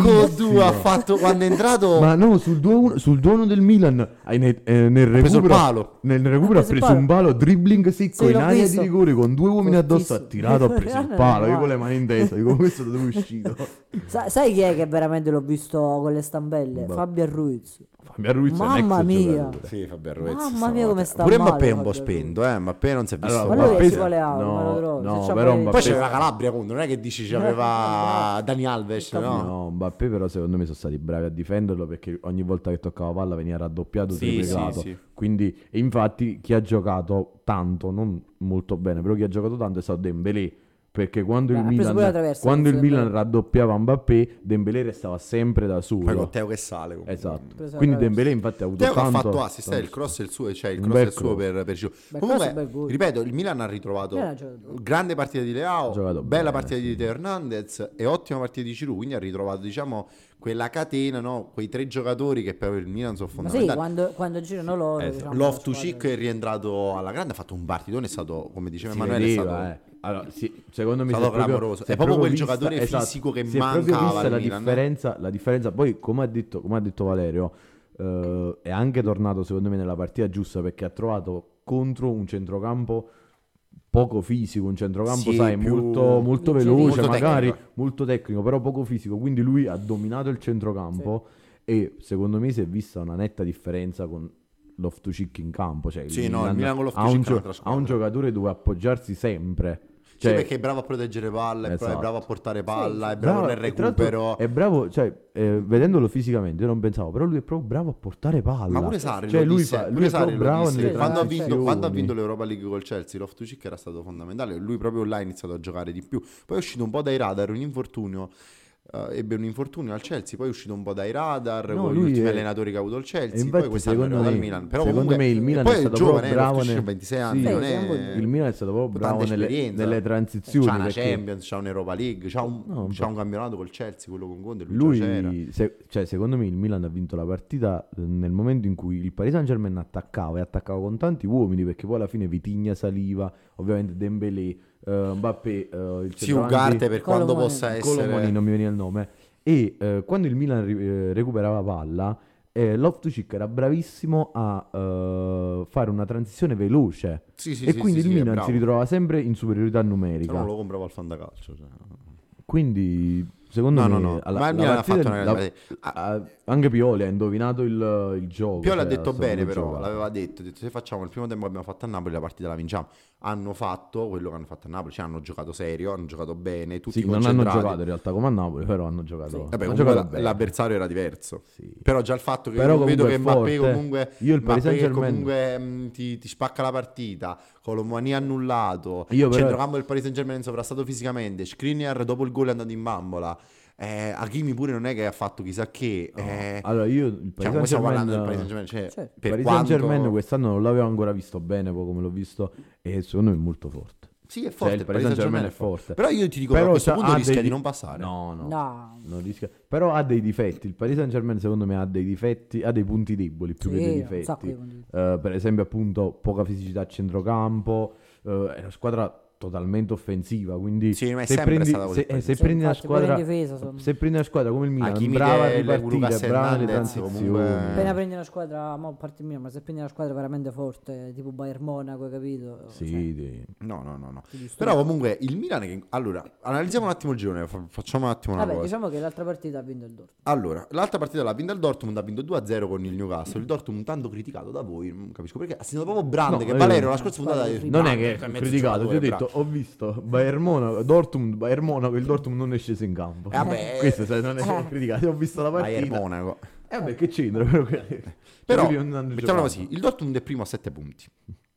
è Porco due ha fatto quando è entrato Ma no, sul 2-1 sul 2-1 del Milan hai ne- eh, nel preso il recupero palo. Nel recupero Ha ha preso il preso palo. un palo dribbling secco Sì, in l'ho area visto. di rigore con due uomini addosso. Ha Fortissimo. tirato, ha preso il Veramente palo. Io con male. le mani in testa, dico questo da dove è uscito? Sa- sai chi è che veramente l'ho visto con le stampelle? Boh. Fabio Ruiz. Fabio Ruiz è un ex Mamma mia. giocatore. Sì, Fabio Ruiz, Mamma stavolta. mia, come sta Pure male, Mbappé è un po' Fabio Ruiz. spento, eh, Mbappé non si è visto. Allora, Ma male. lui Mbappé- si vuole out, no, ma lo trovo. no, Se c'ha però poi- Mbappé- Poi c'era la Calabria contro, non è che Eh, dici c'aveva Dani Alves, no? No, Mbappé però secondo me sono stati bravi a difenderlo perché ogni volta che toccava palla veniva raddoppiato, Sì, triplicato. sì, sì. Quindi, e infatti, chi ha giocato tanto, non molto bene, però chi ha giocato tanto è stato Dembélé. Perché quando Beh, il ha preso pure la Milan, traversa, quando il Dembélé. Milan raddoppiava Mbappé, Dembélé restava sempre da solo. Poi con Teo che sale. comunque. Esatto. Preso la Quindi traversa. Dembélé infatti ha avuto Teo che ha tanto fatto assist, eh, il cross è il suo, cioè il Un cross è bel il suo cross. per, per Giroud. Bel cross e bel Comunque, gol. ripeto, il Milan ha ritrovato Milan ha giocato. grande partita di Ha Leao, giocato bella bene, partita sì. di Teo Hernandez e ottima partita di Giroud, quindi ha ritrovato, diciamo, quella catena, no? quei tre giocatori che per il Milan sono Ma sì, fondamentali. quando, quando girano loro. diciamo, Eh, Love to la squadra- Chic è rientrato alla grande, ha fatto un partitone, è stato, come diceva Si Emanuele, è vedeva, stato... eh. Allora, sì, secondo me Stato si è proprio- clamoroso. si È proprio quel vista- giocatore esatto, fisico che si è proprio mancava vista al la Milan, no? differenza, la differenza. Poi, come ha detto, come ha detto Valerio, eh, è anche tornato secondo me nella partita giusta perché ha trovato contro un centrocampo poco fisico, un centrocampo Sì, sai, più- molto, molto veloce, Molto magari tecnico. molto tecnico, però poco fisico. Quindi lui ha dominato il centrocampo e secondo me si è vista una netta differenza con Loftus-Cheek in campo. Cioè, Sì, no, il Milan con ha, Loftus-Cheek è un un'altra ha un squadra. giocatore dove appoggiarsi sempre. Sì, Cioè, perché è bravo a proteggere palla, è bravo- Esatto. è bravo a portare palla, Sì, è bravo nel e tra l'altro recupero. È bravo, cioè, eh, vedendolo fisicamente, io non pensavo, però lui è proprio bravo a portare palla. Ma pure Sarri Cioè, lo lui disse, fa- lui pure è Sarri proprio lo bravo disse, nelle quando, ha transizioni. vinto, quando ha vinto l'Europa League col Chelsea, Loftus-Cheek era stato fondamentale, lui proprio là ha iniziato a giocare di più. Poi è uscito un po' dai radar, un infortunio eh, ebbe un infortunio al Chelsea, poi è uscito un po' dai radar, No, con gli lui ultimi è- allenatori che ha avuto il E Chelsea, infatti, poi quest'anno è secondo arrivato al me- Milan. Però secondo comunque, me il Milan poi è stato giovane, proprio bravo eh, Loftus-Cheek nel- ha 26 anni, Sì, non è... Il Milan è stato proprio Tanta bravo nelle, esperienza. nelle C'ha transizioni. una perché Champions, c'ha un'Europa League, c'ha un, No, c'ha infatti. un campionato col Chelsea, quello con Conte, lui, già c'era. Lui, se- cioè, secondo me, il Milan ha vinto la partita eh, nel momento in cui il Paris Saint Germain attaccava e attaccava con tanti uomini perché poi alla fine Vitigna saliva, ovviamente Dembélé, eh, Mbappé, eh, il Sì, Ugarte centravanti- per quando Colomoni. possa essere... Colomoni, non mi veniva il nome. E eh, quando il Milan ri- eh, recuperava palla, eh, Loftus-Cheek era bravissimo a eh, fare una transizione veloce. Sì, sì, e sì, quindi sì, il sì, è Milan si bravo. ritrova sempre in superiorità Se no numerica. non lo compravo al fantacalcio. Cioè. Quindi, secondo No, me, no, no. alla- Ma il la Milan ha partita- fatto una grande la- partita. ah, anche Pioli ha indovinato il, il gioco. Pioli ha cioè, detto saputo bene, però giocare. l'aveva detto, ha detto se facciamo il primo tempo che abbiamo fatto a Napoli la partita la vinciamo. Hanno fatto quello che hanno fatto a Napoli, cioè hanno giocato serio, hanno giocato bene, tutti Sì, non hanno concentrati. giocato in realtà come a Napoli, però hanno giocato. Vabbè, hanno comunque giocato la- bene. l'avversario era diverso. Sì. Però già il fatto che Però io vedo comunque che è Mbappé forte. comunque, Io il Paris Mbappé che Saint-Germain- comunque mh, ti, ti spacca la partita, Colomani annullato, Io però- centrocampo del Paris Saint Germain sovrastato fisicamente, Skriniar dopo il gol è andato in bambola, eh, Hakimi pure non è che ha fatto chissà che... No. eh, Allora, io il cioè, Paris come stiamo Saint-Germain- parlando del Paris Saint Germain? Cioè, Certo. per Paris quanto... Saint-Germain quest'anno non l'avevo ancora visto bene, poi come l'ho visto, e secondo me è molto forte. Sì, è forte, Cioè, il Paris Saint-Germain è forte. Però io ti dico, Però a questo sa- punto ha rischia dei- di non passare. No, no. No. non rischia- Però ha dei difetti. Il Paris Saint Germain, secondo me, ha dei difetti, ha dei punti deboli più che dei Sì, un difetti. sacco di punti. Eh, per esempio, appunto, poca fisicità a centrocampo. eh, è una squadra totalmente offensiva. Quindi, Sì, ma è se sempre prendi, stata così se- il Paris eh, se Sì, prendi una infatti, pure in squadra, difesa, sono- se prendi una squadra come il Milan, Hakimi, brava a De- Lucas ripartire, brava alle Hernandez, transizioni. comunque- eh. Appena prendi una squadra, mo a parte mia, ma se prendi una squadra veramente forte, tipo Bayern Monaco, hai capito? Sì, Cioè, sì. No, no, no, no. ti distrugge. Però comunque il Milan... Che... Allora, analizziamo un attimo il girone, fa- facciamo un attimo una Vabbè, cosa. diciamo che l'altra partita ha vinto il Dortmund. Allora, l'altra partita l'ha vinta il Dortmund, ha vinto 2-0 con il Newcastle. Il Dortmund tanto criticato da voi, non capisco perché. Ha sentito proprio Brand No, che io- Valerio la scorsa puntata Guarda, ha io detto, Non "Brand, è che cioè, ho mezzo criticato, ti ho giocatore, detto, Brand". ho visto Bayern Monaco, Dortmund, Bayern Monaco, il Dortmund non è sceso in campo. Eh, vabbè, Questo se non è ho Eh. criticato, ho visto la Bayern partita. Monaco. Eh vabbè, che c'entra però Però, Quelli non hanno mettiamola giocato. così, il Dortmund è primo a 7 punti.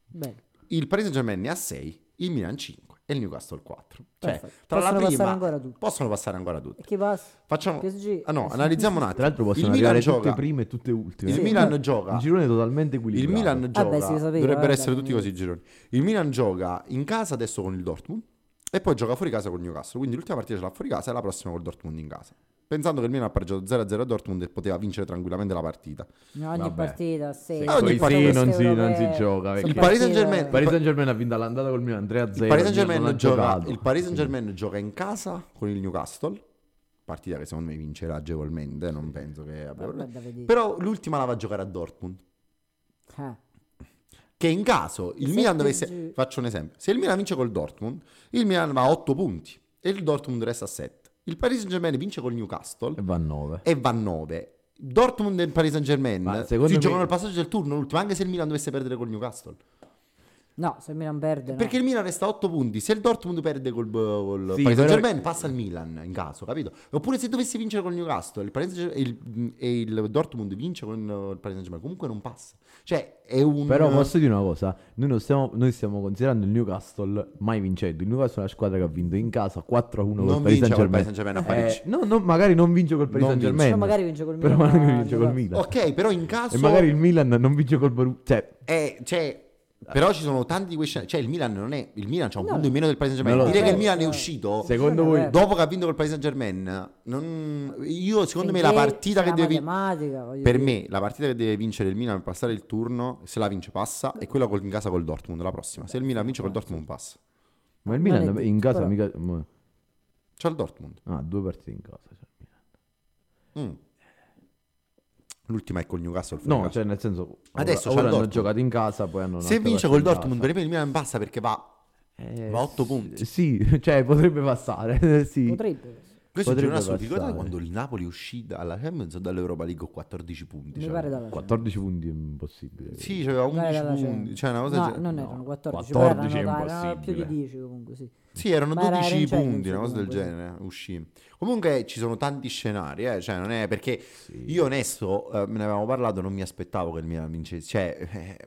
Bene. Il Paris Saint-Germain ne ha 6, il Milan 5 e il Newcastle 4. Cioè, Perfetto. tra Possono la passare prima ancora tutti. possono passare ancora E tutti. chi passa? Facciamo PSG. Oh, Ah no, analizziamo un attimo. Tra l'altro possono il Milan arrivare gioca tutte prime e tutte ultime. Il Sì. Milan gioca Un girone totalmente Il equilibrato. Milan gioca. Vabbè, si sapeva, dovrebbero vabbè, essere tutti così quindi- i gironi. Il Milan gioca in casa adesso con il Dortmund e poi gioca fuori casa con il Newcastle. Quindi l'ultima partita ce l'ha fuori casa e la prossima col Dortmund in casa. Pensando che il Milan ha pareggiato 0-0 a Dortmund e poteva vincere tranquilamente la partita. No, ogni Vabbè. partita, sì. Sì, Ah, ogni poi partita sì, queste non si, non si gioca. Il perché- Paris Saint-Germain- Il Paris Saint Germain ha vinto l'andata col Milan 3-0. Il Paris il Milan non Saint-Germain ha gioca, giocato. il Paris Saint-Germain gioca in casa con il Newcastle. Partita che secondo me vincerà agevolmente. Non penso che abbia Vabbè, problemi. da vedere. Però l'ultima la va a giocare a Dortmund. Ah, Che in caso il Se Milan il dovesse. PSG Faccio un esempio: se il Milan vince col Dortmund, il Milan va a 8 punti e il Dortmund resta a 7. Il Paris Saint Germain vince col Newcastle E va a 9. e va a 9. Dortmund e il Paris Saint Germain Ma si secondo me- giocano il passaggio del turno l'ultimo, anche se il Milan dovesse perdere col Newcastle. No, se il Milan perde, no. Perché il Milan resta a 8 punti. Se il Dortmund perde col, eh, col Sì, Paris Saint però- Germain, passa il Milan in caso, capito? Oppure se dovesse vincere col Newcastle il Paris Saint- e il, e il Dortmund vince con il Paris Saint Germain, comunque non passa. Cioè, è un. Però posso dire una cosa, noi, non stiamo, noi stiamo considerando il Newcastle mai vincendo. Il Newcastle è una squadra che ha vinto in casa 4-1 non col vince Paris Saint col Paris Germain. Saint Germain a Parigi. no, no, magari non vince col Paris Non Saint vince. Germain. No, magari vince col Però Milan, Esatto. magari vince col allora. Milan. Ok, però in E caso. magari il Milan non vince col Borussia. Cioè, eh, cioè, però ci sono tanti di quei scenari. Cioè, il Milan non è. Il Milan c'ha un No. punto in meno del Paris Saint No, Germain. no, Dire no. che il Milan è uscito. secondo Sì, voi... Eh, vabbè. Dopo che ha vinto col Paris Saint Germain, non- io secondo me la Finché partita c'è che la deve vin- matematica, voglio per dire. me la partita che deve vincere il Milan per passare il turno, se la vince passa, è quella col- in casa col Dortmund, la prossima. Se il Milan vince col Dortmund passa. Ma il Non è Milan detto, in casa però. mica... ma- C'ha il Dortmund. Ah, due partite in casa. cioè, il Milan. Mm. L'ultima è col Newcastle. fuori No, casa. cioè nel senso... Adesso c'è ora, il ora hanno Dortmund. giocato in casa, poi hanno... se vince col Dortmund, per me il Milan passa perché va. Eh, va a otto punti. Eh, Sì, cioè potrebbe passare. sì. Potrebbe. Questo è un Potrebbe girone assurdo. Ricordate passare. quando il Napoli uscì dalla Champions o dall'Europa League con 14 punti? Mi Diciamo Cioè, pare dalla 14 punti è impossibile. Sì, c'aveva Guarda, 11 guarda, c'è- punti, cioè una cosa no, del- non no, erano 14, 14 però erano, è erano più di impossibile. 10 comunque, sì. Sì, erano Ma era 12 Iron punti, Giant, una cosa del comunque. genere, uscì. Comunque ci sono tanti scenari, eh, cioè non è perché Sì. io onesto, eh, me ne avevamo parlato, non mi aspettavo che il Milan vincesse, cioè eh,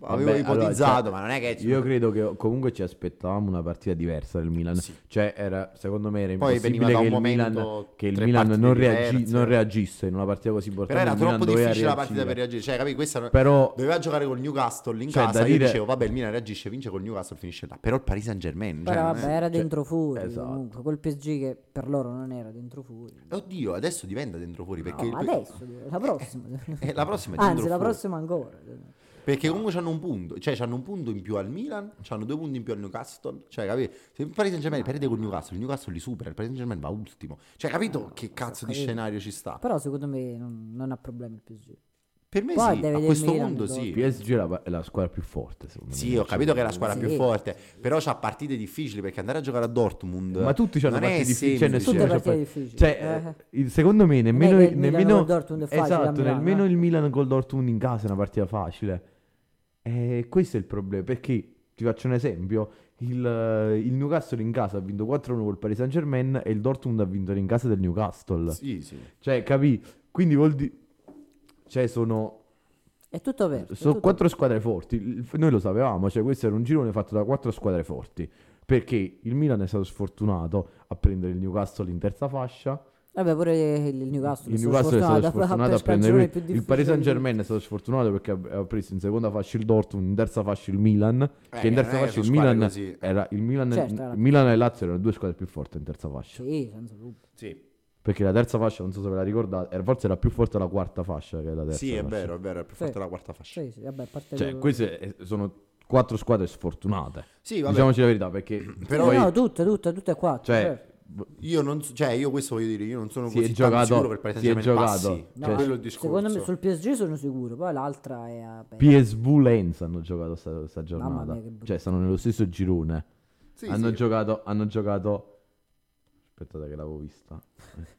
Vabbè, avevo allora, ipotizzato, cioè, ma non è che Io credo che comunque ci aspettavamo una partita diversa del Milan. Sì. Cioè, era, secondo me era Poi impossibile veniva da che un il, momento, Milan, che il tre Milan partite non, reagi- diverse. non reagisse in una partita così però importante. era il Milan troppo doveva difficile la partita per reagire. reagire, cioè capi, questa era- Però doveva giocare col Newcastle in Cioè, casa, da io dire- dicevo vabbè il Milan reagisce, vince col Newcastle, finisce là, però il Paris cioè, Saint Germain, Però vabbè, era dentro fuori. esatto. Comunque, col PSG che per loro non era dentro fuori. oddio adesso diventa dentro fuori perché No, il- adesso, la prossima. eh, la prossima è dentro Anzi, la fuori. prossima ancora. Perché comunque hanno un punto, cioè hanno un punto in più al Milan, hanno due punti in più al Newcastle, cioè capito? Se il Paris Saint Germain perde col Newcastle, il Newcastle li supera, il Paris Saint Germain va ultimo, cioè capito che cazzo di capito. scenario ci sta? Però secondo me non, non ha problemi il PSG. Per me Poi sì, deve a del questo Milan, punto dopo. sì. il PSG è la, è la squadra più forte, secondo me. cioè. Sì, ho capito che è la squadra Sì. più forte, però c'ha partite difficili perché andare a giocare a Dortmund Ma tutti hanno eh. non è partite difficili, cioè, semplice. nessuno Tutte c'ha partite partite- difficili. Cioè, Eh. eh, il- secondo me è nemmeno, che il Milan nemmeno- col Dortmund è facile, a esatto, Milano, nemmeno eh. il Milan col Dortmund in casa è una partita facile. E questo è il problema, perché ti faccio un esempio, il, il Newcastle in casa ha vinto 4-1 col Paris Saint-Germain e il Dortmund ha vinto in casa del Newcastle. Sì, sì. Cioè, capì? Quindi vuol dire cioè sono Eh, È tutto vero. sono quattro squadre forti. Il- Noi lo sapevamo, cioè questo era un girone fatto da quattro squadre forti. Perché il Milan è stato sfortunato a prendere il Newcastle in terza fascia. Vabbè, pure il Newcastle. il sono Newcastle è stato sfortunato sfortunato a pescare prendere gironi il- più il Paris difficili. Saint Germain è stato sfortunato perché ha ha preso in seconda fascia il Dortmund, in terza fascia il Milan. Eh, che in terza fascia il Milan Così. era il Milan, Certo, era la- il Milan e il Lazio erano due squadre più forti in terza fascia. Sì, senza dubbio. Sì. Perché la terza fascia, non so se ve la ricordate, era- forse era più forte la quarta fascia che la terza. Sì, è fascia. vero, è vero, è più Sì. forte la quarta fascia. Sì, sì, vabbè, a parte Cioè, quello- queste eh, sono quattro squadre sfortunate. Sì, vabbè. Diciamoci la verità, perché però- poi, no, no, tutte, tutte, tutte e quattro. cioè, certo. Io non so- cioè io questo voglio dire, io non sono Si è così tanto giocato- sicuro che il Paris si è Saint Germain passi. giocato, No, cioè- quello è il discorso. secondo me sul PSG sono sicuro, poi l'altra è a Pe- PSV Lenz hanno giocato sta, sta giornata. Mamma mia, che brutto. cioè, stanno nello stesso girone. Sì, hanno, sì. Giocato, hanno giocato. Aspettate, che l'avevo vista.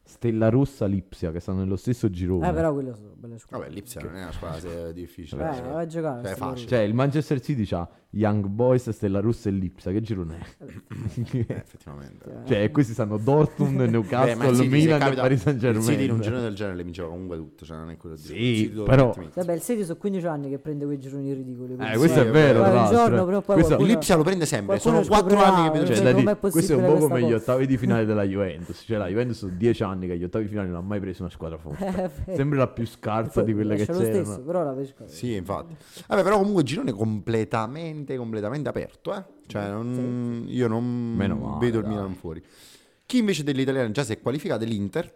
Stella Rossa Lipsia, che stanno nello stesso girone. Eh, però quello sono belle squadre. Vabbè, l'Ipsia non è una squadra se- difficile. Eh, cioè. va a giocare. Cioè, è sta facile. Cioè, il Manchester City c'ha Young Boys, Stella Rossa e Lipsia. Che girone Eh, è? effettivamente. loro. cioè, questi stanno Dortmund, Eh, Beh, ma il City, Newcastle, se Milan e capita- Paris Saint Germain. Il City in un girone del genere le vinceva comunque tutto, cioè non è quello di Sì, il City dove però- altrimenti- Vabbè, il City sono 15 anni che prende quei gironi ridicoli. quindi Eh, questo Sì, è vabbè. vero, tra Poi un l'altro. giorno, però poi Questo- L'Ipsia qualcuno- lo prende sempre, qualcuno sono quattro scoprirà, anni che vedo cioè, Cioè, sempre. da com'è dire, questo è un po' possibile come questa gli cosa? ottavi di finale della Juventus. Cioè, la Juventus sono dieci anni che gli ottavi di finale non ha mai preso una squadra forte. Sembra la più scarsa di quelle che Lascia lo stesso, c'erano. però la pesca. Eh, Sì, infatti. Vabbè, però comunque il girone completamente, completamente aperto, eh. Cioè, non- io non Meno male, vedo il dai. Milan fuori. Chi invece degli italiani già si è qualificato è l'Inter,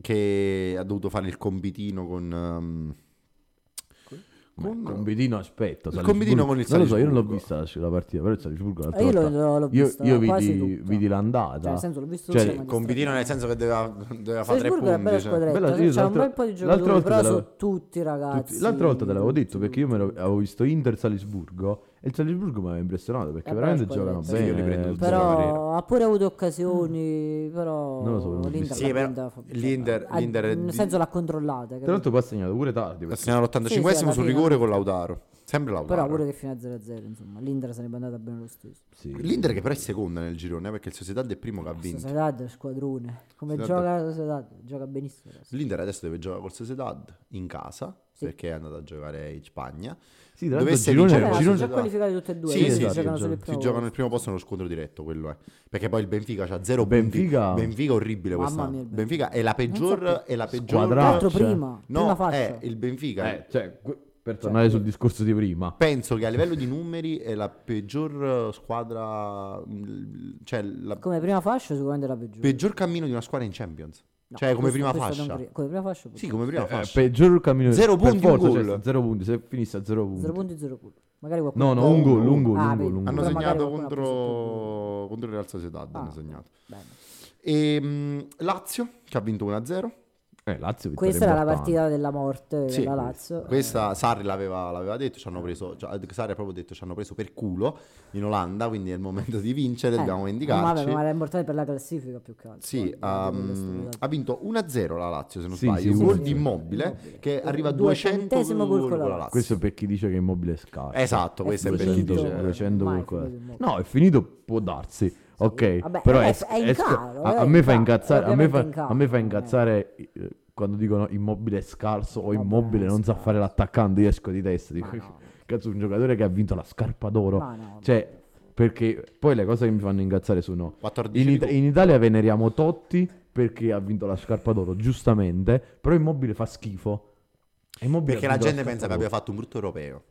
che ha dovuto fare il compitino con... ehm, Con... Combitino aspetto. Il combitino con il Non lo so, io non l'ho Salisburgo. vista la, la partita, però il Salisburgo l'altra Eh, io volta- l'ho- l'ho io- vista Io quasi vidi, tutta. vidi Cioè, l'andata. nel senso, l'ho visto Cioè, solo il compitino nel senso che doveva, doveva fare tre Salisburgo è una bella punti. cioè. squadretta, Bella- cioè, io c'è un l'altra- bel po' di l'altra giocatori, volta però te l'avevo- sono tutti ragazzi. Tutti- L'altra volta te l'avevo detto perché io me lo- tutti. avevo visto Inter Salisburgo e il Salisburgo mi aveva impressionato perché Eh, beh, veramente squadra- giocano Sì, bene. io li prendo tutti. giocano- Però ha pure avuto occasioni, però Non lo so, non l'ho l'Inter, visto. Sì, l'ha però vinta- l'Inter- ha- l'Inter è di- nel senso l'ha controllata, capito? Tra l'altro poi ha segnato pure tardi. perché- Siamo all'85esimo Sì, sì, alla sul fine. rigore con Lautaro. Sempre Lautaro. però pure che fino a 0-0, insomma, l'Inter sarebbe andata bene lo stesso. Sì. L'Inter che però è seconda nel girone, eh, perché il Sociedad è primo che ha vinto. Sociedad è squadrone, come Sociedad- gioca la Sociedad, gioca benissimo. adesso. L'Inter adesso deve giocare col Sociedad in casa, Sì. perché è andata a giocare in Spagna. Sì, tra l'altro Dovesse girone- vincere il Vabbè, ma girone- sono già qualificati tutti e due, Sì, quindi sì, si sì, giocano solo il Si primo giocano il posto. primo posto nello scontro diretto, quello è. Perché poi il Benfica ha zero Benfica- punti. Benfica è orribile Mamma quest'anno. mia, il Benfica è la peggior Non so è la peggior Tra Squadra- l'altro Cioè, prima, prima No, fascia. è il Benfica. Eh, cioè, que- per tornare sul discorso di prima, Penso che a livello di numeri è la peggior squadra mh, cioè la Come prima fascia sicuramente la peggiore. peggior cammino di una squadra in Champions. No, cioè come questo- prima questo fascia. non cre- Come prima fascia. Sì, come prima eh, fascia. peggior cammino Zero per punti, un forza, gol. cioè, zero punti, se finisse a zero punti. 0 punti 0 culo. Magari qualcuno No, no, un gol, un gol, Ah, un gol, vedi. un Hanno gol. Però magari segnato qualcuno ha preso contro, contro il Real Sociedad. Ah, Hanno segnato. bene. E, mh, Ehm, Lazio che ha vinto 1-0. Eh, Lazio vittoria Questa era la importante. partita della morte Sì, della Lazio. Questa Sarri l'aveva, l'aveva detto, ci hanno preso, cioè, Sarri ha proprio detto ci hanno preso per culo in Olanda, quindi è il momento di vincere, Eh, dobbiamo Ma, vabbè, vendicarci. ma era immortale per la classifica più che altro. Sì, Guarda, ha, guarda quelle mm, stupidate. ha vinto 1-0 la Lazio se non Sì, sbaglio, sì, gol sì, di sì. Immobile che arriva a 200 Duecentesimo gol gol con la Lazio. Questo è per chi dice che Immobile è scarso. Esatto, questo è per chi finito. dice. 200 Ormai gol. finito il Immobile. No, è finito, può darsi. ok, vabbè, però vabbè, è, è in è sc- caro, a, a è me in fa caro, incazzare, a me fa, ovviamente in a me fa caro, incazzare eh, quando dicono immobile è scarso o Vabbè, immobile non sa scarso. fare l'attaccante, io esco di testa, dico, Ma no, cazzo, un giocatore che ha vinto la scarpa d'oro, ma no, cioè, perché poi le cose che mi fanno incazzare sono, 14 in, di It- Coppa. in Italia veneriamo Totti perché ha vinto la scarpa d'oro, giustamente, però immobile fa schifo. E Immobile Perché ha la vinto gente scarpa pensa che d'oro. abbia fatto un brutto europeo.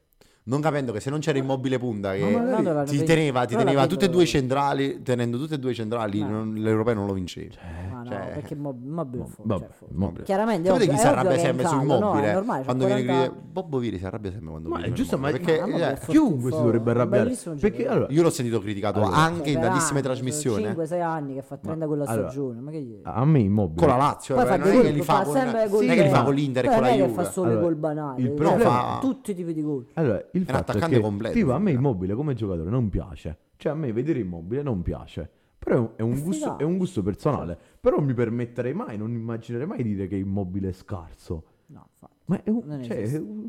Non capendo che se non c'era immobile punta Ma che magari- Allora, ti non- teneva, ti allora teneva la tutte e vedo- due i centrali, tenendo tutte e due i centrali, Ma- non- l'europeo non lo vinceva. Ma no, cioè- perché mob- mobile è fuori, Vabbè, cioè, fuori. immobile. Chiaramente, Sapete ovvio- chi è si ovvio arrabbia che è in sempre su caldo, no, immobile? è normale, c'ha quando viene 40 gridato- Bobbo Viri si arrabbia sempre quando Ma viene è giusto, ma, Immobile, ma- perché ma- eh, ma- chiunque si fortissimo, dovrebbe un arrabbiare. bellissimo Perché giocatore. allora, io l'ho sentito criticato Allora. anche in tantissime trasmissioni. eh. 5-6 anni che fa 30 con la allora- stagione, ma che gli... a me immobile. Con la Lazio, Poi eh, fa non è gol, che li fa, fa con, sempre non gol è che li fa dentro. con l'Inter e Poi con la non è Juve. che fa solo Allora, gol banali, il cioè, problema- fa tutti i tipi di gol. Allora, il un fatto è attaccante che completo, tipo, a me eh. immobile come giocatore non piace. Cioè, a me vedere immobile non piace. Però è un- è un, È gusto, figato. è un gusto personale. Però non mi permetterei mai, non immaginerei mai di dire che immobile è scarso. No, infatti. Ma è un- Non cioè, esiste. è un-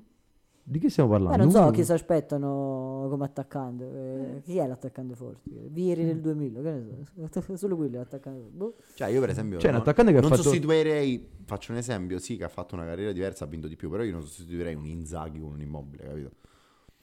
di che stiamo Poi parlando? non so Uno- chi si aspettano come attaccante. eh, Mm. chi è l'attaccante forte? Viri del 2000, che ne so. Solo quello è l'attaccante forte. Boh. Cioè, io per esempio. Cioè, un non- attaccante che ha non fatto- sostituirei. Faccio un esempio, sì, che ha fatto una carriera diversa, ha vinto di più. Però io non sostituirei un Inzaghi con un immobile, capito?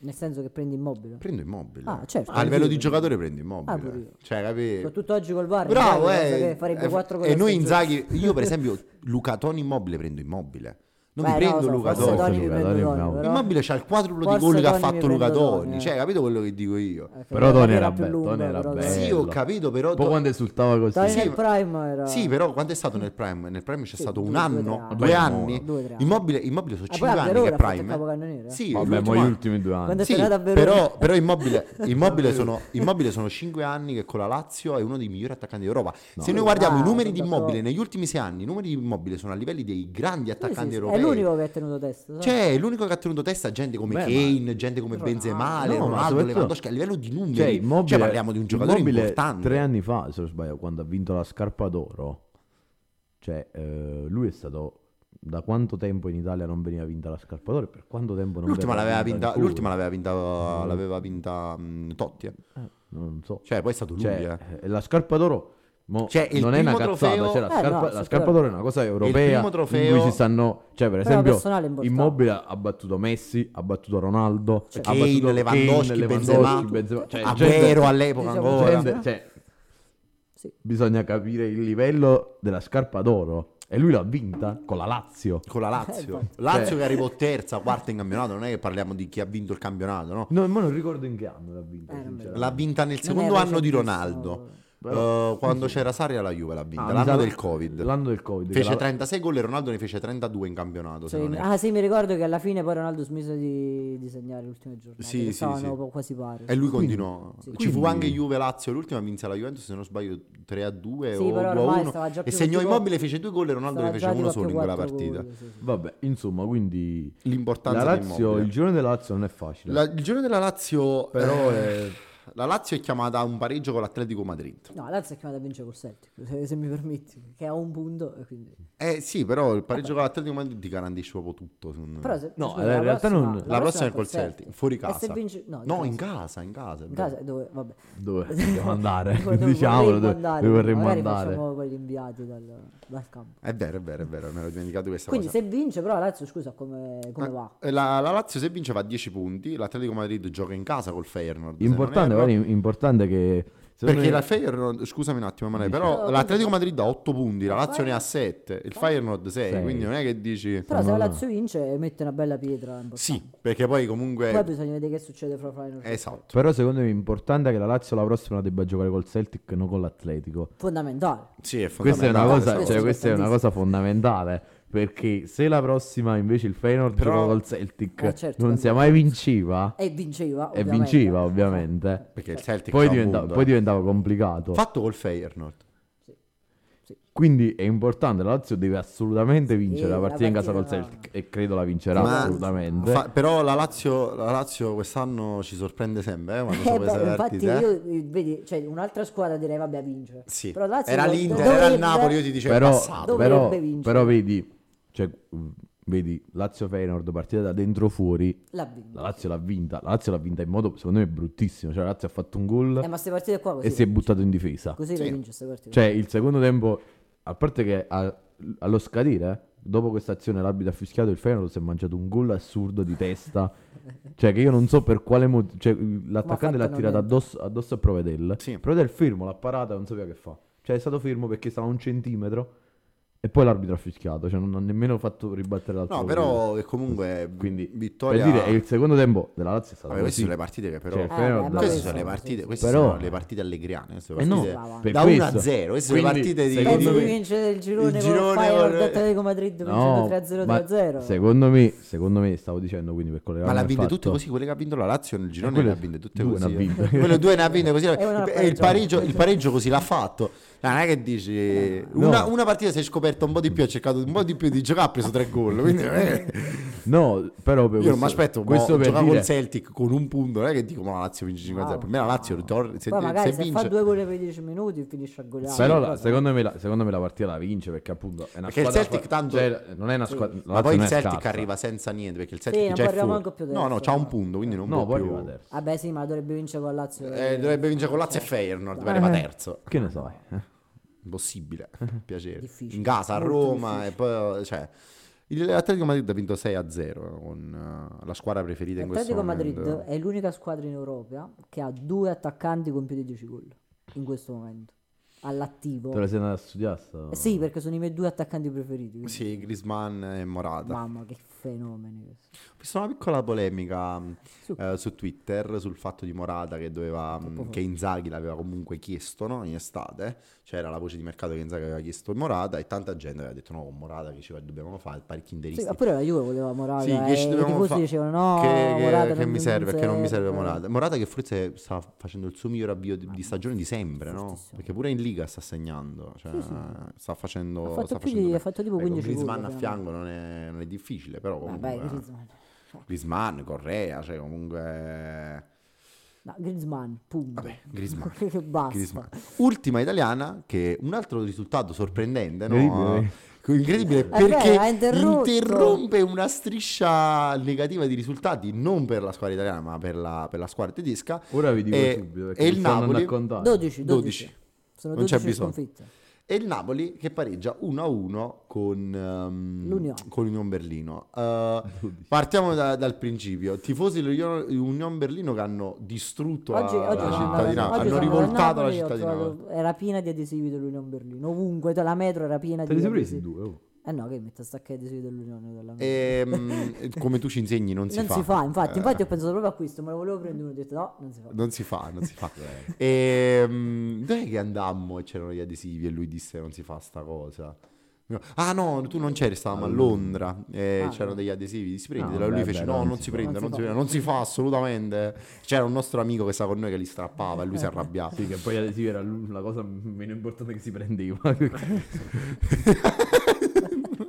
Nel senso che prendi immobile. Prendo immobile. Ah, certo. A livello di Io- giocatore prendo Ah, pure immobile. io. cioè, capito? Soprattutto oggi col VAR. Bravo, Inzaghi, eh. che farebbe eh, quattro gol e a noi stagione. Inzaghi, io per esempio, Luca Toni immobile prendo immobile. Non mi Beh, prendo no, so, Luca forse Toni. Toni. mi Luca prendo Toni è Toni, bravo. però- Immobile c'ha il quadruplo di Forse gol che ha Toni mi fatto Luca prendo Toni, Toni. eh. Cioè, capito quello che dico io? Eh, che Però Toni era più bello, lunga, Toni era però, bello. Sì, ho capito, però. Un po' quando esultava così. Toni Sì, nel ma- prime era... Sì, però quanto è stato nel Prime? Nel Prime c'è Sì, stato un due, due, anno, tre due anni. anni. Due, tre anni. Immobile, immobile sono Ah, 5 poi a anni che Verona è ha fatto il Prime. capocannoniere, eh. Sì, Vabbè, l'ultimo ma gli anno. ultimi due anni. Quando- Sì, è tornato a Verona. però, però immobile, immobile, sono, immobile sono 5 anni che con la Lazio è uno dei migliori attaccanti d'Europa. Se Cioè, noi guardiamo i Ah, numeri di sono immobile d'accordo. negli ultimi 6 anni, i numeri di immobile sono a livelli dei grandi Sì, sì, attaccanti sì, europei. È l'unico che ha tenuto testa. sai? Cioè, è l'unico che ha tenuto testa gente come Beh, ma- Kane, gente come Ronaldo. Benzema, No, ma Ronaldo, soprattutto- Lewandowski, a livello di numeri. Cioè, Cioè, immobile, parliamo di un giocatore Immobile importante. Tre anni fa, se non sbaglio, quando ha vinto la scarpa d'oro, cioè eh, lui è stato da quanto tempo in Italia non veniva vinta la scarpa d'oro? e Per quanto tempo non L'ultima verrà l'aveva vinta vinta, ancora? l'ultima l'aveva vinta, Mm. l'aveva vinta mh, Totti. eh. Eh, non so. Cioè, poi è stato lui. Cioè, eh. eh, la scarpa d'oro mo, Cioè, il non è una primo cazzata. trofeo- cioè, la, Eh, scarpa, no, la certo. scarpa d'oro è una cosa europea primo trofeo- Eh, in cui si stanno, cioè, per Però esempio, personale è importante. Immobile ha battuto Messi, ha battuto Ronaldo, Cioè, ha battuto Kane, Lewandowski, Benzema, cioè, gente- Aguero all'epoca Diciamo, ancora. Gente, cioè, Sì. bisogna capire il livello della scarpa d'oro. E lui l'ha vinta con la Lazio. Con la Eh, Lazio. Lazio Cioè. che arrivò terza, quarta in campionato, non è che parliamo di chi ha vinto il campionato, no? No, ma non ricordo in che anno l'ha vinta. Eh, non me lo L'ha vinta nel Non secondo era anno di recentissimo. Ronaldo. Eh, quando c'era Sarri alla Juve l'ha vinta, Ah, mi l'anno sa- del Covid. L'anno del Covid. che Fece la- 36 gol e Ronaldo ne fece 32 in campionato, se Cioè, non erro. ah sì, mi ricordo che alla fine poi Ronaldo smise di, di segnare le ultime giornate. Sì, che sì, stavano sì. quasi pari. E lui continuò. sì. Ci Quindi- fu anche Juve-Lazio, l'ultima vinse la Juventus, se non sbaglio, 3-2 Sì, o però ormai stava 2-1. già E più- segnò tipo- Immobile, fece due gol e Ronaldo ne Stava fece già uno tipo a solo in più quella quattro partita. gol, sì, sì. Vabbè, insomma, quindi... La L'importanza di Lazio, Immobile. il girone della Lazio non è facile. La- il girone della Lazio, Però eh, la Lazio è chiamata a un pareggio con l'Atletico Madrid. No, la Lazio è chiamata a vincere col Celtic, se, se mi permetti, che ha un punto. e Quindi... Eh sì, però il pareggio con l'Atletico Madrid ti garantisce proprio tutto. secondo me. Però se, No, eh, scusa, in la realtà prossima- non- la, prossima è col col Celtic, fuori E se casa. vince- no, no, in casa. in casa, in casa. è In vero. casa dove, vabbè. Dove dobbiamo andare? Dove- dove Eh, Diciamolo, vorremmo dove, andare, dove vorremmo magari andare. facciamo poi gli inviati dal, dal campo. È vero, è vero, è vero, mi ero dimenticato questa Quindi cosa. se vince, però la Lazio, scusa, come, come Eh, va? La, la Lazio se vince va a 10 punti, l'Atletico Madrid gioca in casa col Feyenoord. se non Importante, erro. guarda, importante che... secondo Perché me- la Feyenoord, scusami un attimo Emanuele, Dici. però No, l'Atletico dici. Madrid ha 8 punti, la Il Lazio ne ha Feyenoord- 7, il Feyenoord 6, Sei. quindi non è che dici... Però se la no. Lazio vince mette una bella pietra. importante. Sì, Eh. perché poi comunque... Poi bisogna vedere che succede fra Feyenoord e Esatto. Però secondo me è importante che la Lazio la prossima la debba giocare col Celtic, non con l'Atletico. Fondamentale. Sì, è Questa è una fondamentale, cosa, sì. cioè, questa è una cosa fondamentale. Perché se la prossima invece il Feyenoord Però- giocava col Celtic Eh, certo, non quindi- si è mai vinceva E vinceva. e ovviamente. eh, vinceva ovviamente. Perché il Celtic Poi fa un diventa- mondo, poi eh. diventava complicato. Fatto col Feyenoord. Quindi è importante, la Lazio deve assolutamente vincere la la partita in casa col partita- Celtic e credo la vincerà Ma- assolutamente. Fa- però la Lazio, la Lazio quest'anno ci sorprende sempre, eh, quando Eh, so beh, queste infatti partite. eh. io eh, vedi, cioè, un'altra squadra direi vabbè a vincere. Sì. Però la Lazio Era dov- l'Inter, dovrebbe- era il Napoli, io ti dicevo è però, passato. Dove- però, Dovrebbe vincere. però vedi, cioè, mh, Vedi, Lazio-Feyenoord partita da dentro fuori, L'ha vinto. la Lazio l'ha vinta, la Lazio l'ha vinta in modo secondo me bruttissimo, cioè la Lazio ha fatto un Eh, gol ma queste partite qua così. e si è buttato in difesa. Così Sì. le vince queste partite. Cioè il secondo tempo, a parte che a- allo scadere, dopo questa azione l'arbitro ha fischiato, il Feyenoord si è mangiato un gol assurdo di testa, cioè che io non so per quale motivo, cioè l'attaccante fatto l'ha non tirato entra. addosso, addosso a Provedel, Sì. Provedel fermo, l'ha parata, non sapeva che fa, cioè è stato fermo perché stava a un centimetro e poi l'arbitro ha fischiato, cioè non ha nemmeno fatto ribattere l'altro No, gol. però e comunque Quindi, vittoria... Per dire, e il secondo tempo della Lazio è stato Vabbè, queste così. sono le partite che però... Cioè, Eh, Feyenoord- vabbè, ma queste questo- sono le partite, queste Però- sono le partite allegriane. queste Eh no, partite- per da 1 questo. a 0, queste sono le Quindi, partite di... secondo Pensi di me- vincere il girone, il con girone Feyenoord vorrebbe- Atletico Madrid No, vincendo 3-0 ma 3-0. Secondo me, secondo me, stavo dicendo quindi per collegarmi Ma l'ha al vinte fatto- tutte così, quelle che ha vinto la Lazio nel girone quelle- le ha vinte tutte due ne ha così. vinte. Quello due ne ha vinte così. E una E il pareggiata. pareggio, il pareggio così l'ha fatto. No, Non è che dici Eh, No. una, una partita si è scoperta un po' di più, ha cercato un po' di più di giocare, ha preso tre gol. Quindi eh. non è che- No, però per io non questo- mi aspetto questo questo per giocare dire, col Celtic con un punto, non è che dico ma la Lazio vince 5 0. Per me la Lazio ritorna- se, Poi magari se se, vince fa due gol per 10 minuti finisce a goleare. Però la- Cosa- secondo, me la, secondo me la partita la vince perché appunto è una Perché il squadra Celtic squa- tanto- cioè, non è una squadra la ma Lazio poi il non è Celtic scarsa. arriva senza niente perché il Sì, Celtic non già può è arrivare fuori. manco più no, terzo, no, c'ha un no. punto, quindi non può No, poi più. arriva terzo. Vabbè sì, ma dovrebbe vincere con Lazio. Eh, dovrebbe vincere con Lazio e Feyenoord, per arriva Eh. terzo. Che ne sai? eh? Impossibile, piacere. Difficile. In casa a Molto Roma e poi cioè il- l'Atletico Madrid ha vinto 6 a 0 con eh, la squadra preferita in questo L'Atletico momento. Madrid è l'unica squadra in Europa che ha due attaccanti con più di 10 gol in questo momento. All'attivo. Te la sei andata a studiare sta- Eh Sì, perché sono i miei due attaccanti preferiti. quindi- Sì, Griezmann e Morata. Mamma che fenomeni questi. C'è stata una piccola polemica mh, Su. eh, su Twitter sul fatto di Morata che doveva mh, Troppo forte. che Inzaghi l'aveva comunque chiesto no? in estate. C'era la voce di mercato che Inzaghi aveva chiesto Morata e tanta gente aveva detto no, con Morata che ci dobbiamo fare, parecchi Sì, interisti. oppure la Juve voleva Morata. Sì, eh, che ci i dobbiamo tifosi fa- dicevano no, che, che- Morata che mi serve, che non mi serve serve". Morata. Morata che forse sta facendo il suo miglior avvio di, di stagione di sempre, no? Fortissimo. Perché pure in Liga sta segnando, cioè, Sì, sì. sta facendo... Ha sta fatto, più facendo di, bene. ha fatto tipo Ecco, 15 gol. Griezmann a veramente. fianco non è, non è difficile, però comunque... Vabbè, Griezmann. Griezmann, Correa, cioè comunque... No, Griezmann, punto. Vabbè, Griezmann. Basta. Griezmann. Ultima italiana che un altro risultato sorprendente, no? Incredibile. Incredibile vero, perché ha interrotto. interrompe una striscia negativa di risultati non per la squadra italiana ma per la, per la squadra tedesca. Ora vi dico E- subito perché Eh, e mi il sto andando Napoli- a contare. 12, 12. 12. Sono Non c'è 12 bisogno. sconfitte. E il Napoli che pareggia 1-1 con, ehm, L'Union. con l'Union Berlino. Eh, partiamo da- dal principio. Tifosi dell'Union Berlino che hanno distrutto Oggi, la, oggi la sono città andata- di Napoli, oggi hanno sono andata a rivoltato la Napoli e ho città di Napoli. trovato- Era piena di adesivi dell'Unione Berlino. Ovunque, la metro era piena Te di li sei presi adesivi. due? oh? Eh no, che metto stacca di adesivi dell'Unione della metro. Ehm, come tu ci insegni non si non fa. si fa, infatti, Eh. infatti ho pensato proprio a questo, me lo volevo prendere uno e ho detto no, non si fa. Non si fa, non si fa. Ehm, dov'è che andammo e c'erano gli adesivi e lui disse non si fa sta cosa? No, Ah no, tu non c'eri, stavamo a Londra, e Ah. c'erano degli adesivi, si prende, No, allora lui vabbè, fece vabbè, no, non, non si, si fa. prende, non Non si si prende, non si fa assolutamente. C'era un nostro amico che stava con noi che li strappava e lui si arrabbiava. Ah, Sì, che poi gli adesivi era l- la cosa meno importante che si prendeva. però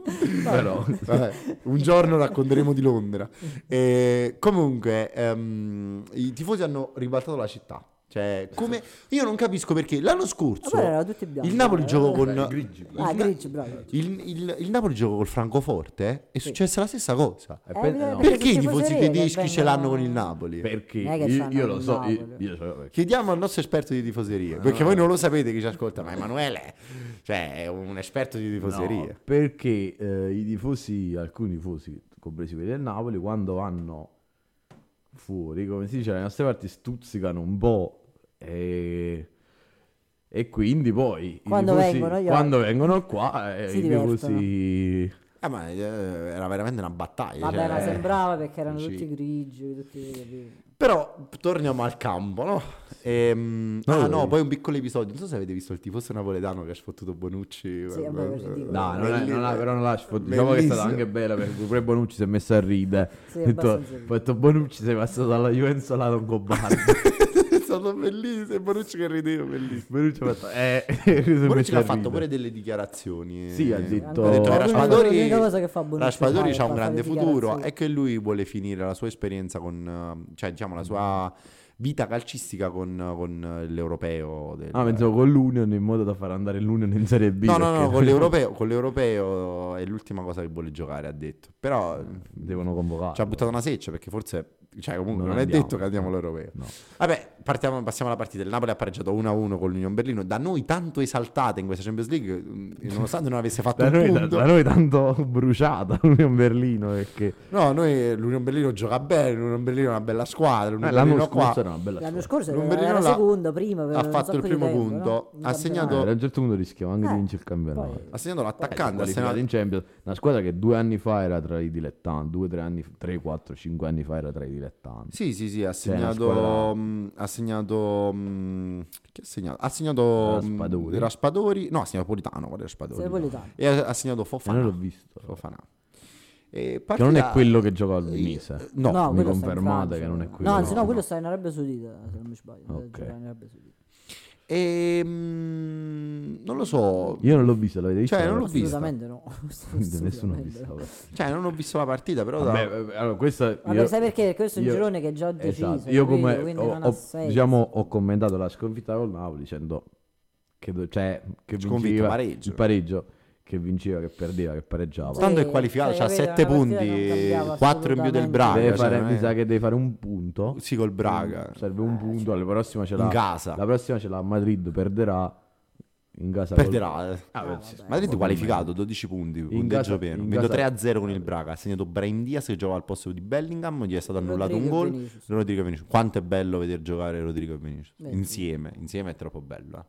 Vabbè, un giorno racconteremo di Londra. Eh, comunque, ehm, i tifosi hanno ribaltato la città. Cioè, come... Io non capisco perché l'anno Ma scorso poi erano tutti bianchi. il Napoli eh. giocò con... Beh, grigi. il Ah, Na- Eh, Grigi, bravo. Il, il- il Napoli giocò col Francoforte eh, è Sì. successa la stessa cosa. E poi- eh, no. Perché Perché i se tifosi tifoserie che tedeschi ce vengono- l'hanno con il Napoli? Perché Non è che io, c'hanno io lo il so, io, Napoli. io so perché. Chiediamo al nostro esperto di Ah. tifoserie, perché voi non lo sapete chi ci ascolta, ma Emanuele cioè, è un esperto di tifoserie. No, perché eh, i tifosi, alcuni tifosi, compresi quelli del Napoli, quando vanno fuori, come si dice, le nostre parti stuzzicano un po' e, e quindi poi i Quando tifosi- vengono gli quando vengono qua eh, Si i divertono. tifosi... Eh, ma eh, era veramente una battaglia. Vabbè, cioè. ma sembrava perché erano Sì. tutti grigi, tutti capito? Però torniamo al campo, no? Ehm, No, ah dai. no, poi un piccolo episodio. Non so se avete visto il tifoso napoletano che ha sfottuto Bonucci. Sì, vabbè, per dire. No, non è, Bellissimo. non ha- però non lascio. Diciamo che è Bellissimo. stata anche bella perché pure Bonucci si è messo a ridere. Sì, ho detto, abbastanza ridere. ho detto, Bonucci sei passato dalla Juventus alla Longobardi. è stato bellissimo. Bonucci che rideva, bellissimo. Bonucci ha fatto eh, si è Bonucci messo a l'ha fatto ridere. pure delle dichiarazioni. Sì, ha eh. detto- Ha detto che L'unica- Raspadori, l'unica cosa che fa Bonucci Raspadori ormai è c'ha un far fare grande le futuro dichiarazioni. e che lui vuole finire la sua esperienza con, eh, cioè diciamo la sua vita calcistica con, con l'europeo. del- Ah, pensavo con l'Union in modo da far andare l'Union in Serie B. No, no, perché no, con l'europeo, con l'europeo è l'ultima cosa che vuole giocare, ha detto. Però Mm. Devono convocare. ci ha buttato una seccia perché forse, cioè comunque Non non, è andiamo. detto che andiamo all'europeo. No. Vabbè, partiamo- passiamo alla partita. Il Napoli ha pareggiato 1-1 con l'Union Berlino, da noi tanto esaltata in questa Champions League, mh, nonostante non avesse fatto Da un noi, da- punto. da noi tanto eh. bruciata l'Union Berlino perché No, noi l'Union Berlino gioca bene, l'Union Berlino è una bella squadra, l'Union Eh, l'anno Berlino scorso qua era una bella L'anno squadra. scorso era Lumberino era Ecco. l'ha- secondo, prima per ha un fatto il sacco di primo tempo, punto, no? In ha segnato- Eh, campionato. a un certo punto rischiava anche di Eh, vincere il campionattato. poi- assegnando Attaccando l'attaccante, Eh, qualificato in Champions, una squadra che due anni fa era tra i dilettanti, due, tre anni, tre, quattro, cinque anni fa era tra i dilettanti. Sì, sì, sì, ha Cioè, una segnato. squadra- mh, ha segnato. mh, chi ha segnato? Ha segnato. mh, Raspadori. Raspadori. No, ha segnato Politano. Guarda, Sei Raspadori. napoletano. E ha, ha segnato Ma non l'ho Fofana. visto. Fofana. E Che partita- Eh, non è quello che gioca al Venise. No, mi No, quello sta in confermate Francia. che non è quello, No, anzi, no, no. quello sta in Arabia Saudita, se non mi sbaglio. Ok. Gioca in Arabia Saudita. E, mh, Ehm, non lo so. Io non l'ho visto, l'avete visto? Cioè, non l'ho visto. Assolutamente no. Assolutamente Nessuno ha no. visto. vabbè. Cioè, non ho visto la partita, però. da- Vabbè, eh, allora, questa Vabbè, sai perché? Perché questo è un io- girone che è già deciso, esatto. Io come capito? Quindi ho, non ha ho- senso. diciamo, ho commentato la sconfitta col Napoli dicendo che, do- cioè, che Sconfitto, vinceva pareggio. il pareggio, che vinceva, che perdeva, che pareggiava. Tanto è Sì, qualificato, cioè, c'ha capito, 7 una partita non punti, cambiava 4 in più del assolutamente Braga. Deve cioè, fare- non è- mi sa che devi fare un punto. Sì, col Braga. Mm, Serve un punto. Alla prossima ce In l'ha. casa. La prossima ce l'ha a Madrid, perderà in casa. col- Perderà. Eh, Ah, vabbè. sì, sì, Madrid ovviamente. qualificato 12 punti, casa- punteggio pieno. in Vinto casa- 3-0 con il Braga. Ha segnato Brahim Diaz che giocava al posto di Bellingham. Gli è stato annullato Rodrigo un e gol. Vinicius. Rodrigo e Vinicius. Quanto è bello vedere giocare Rodrigo e Vinicius Beh, sì. insieme. Insieme è troppo bello. eh.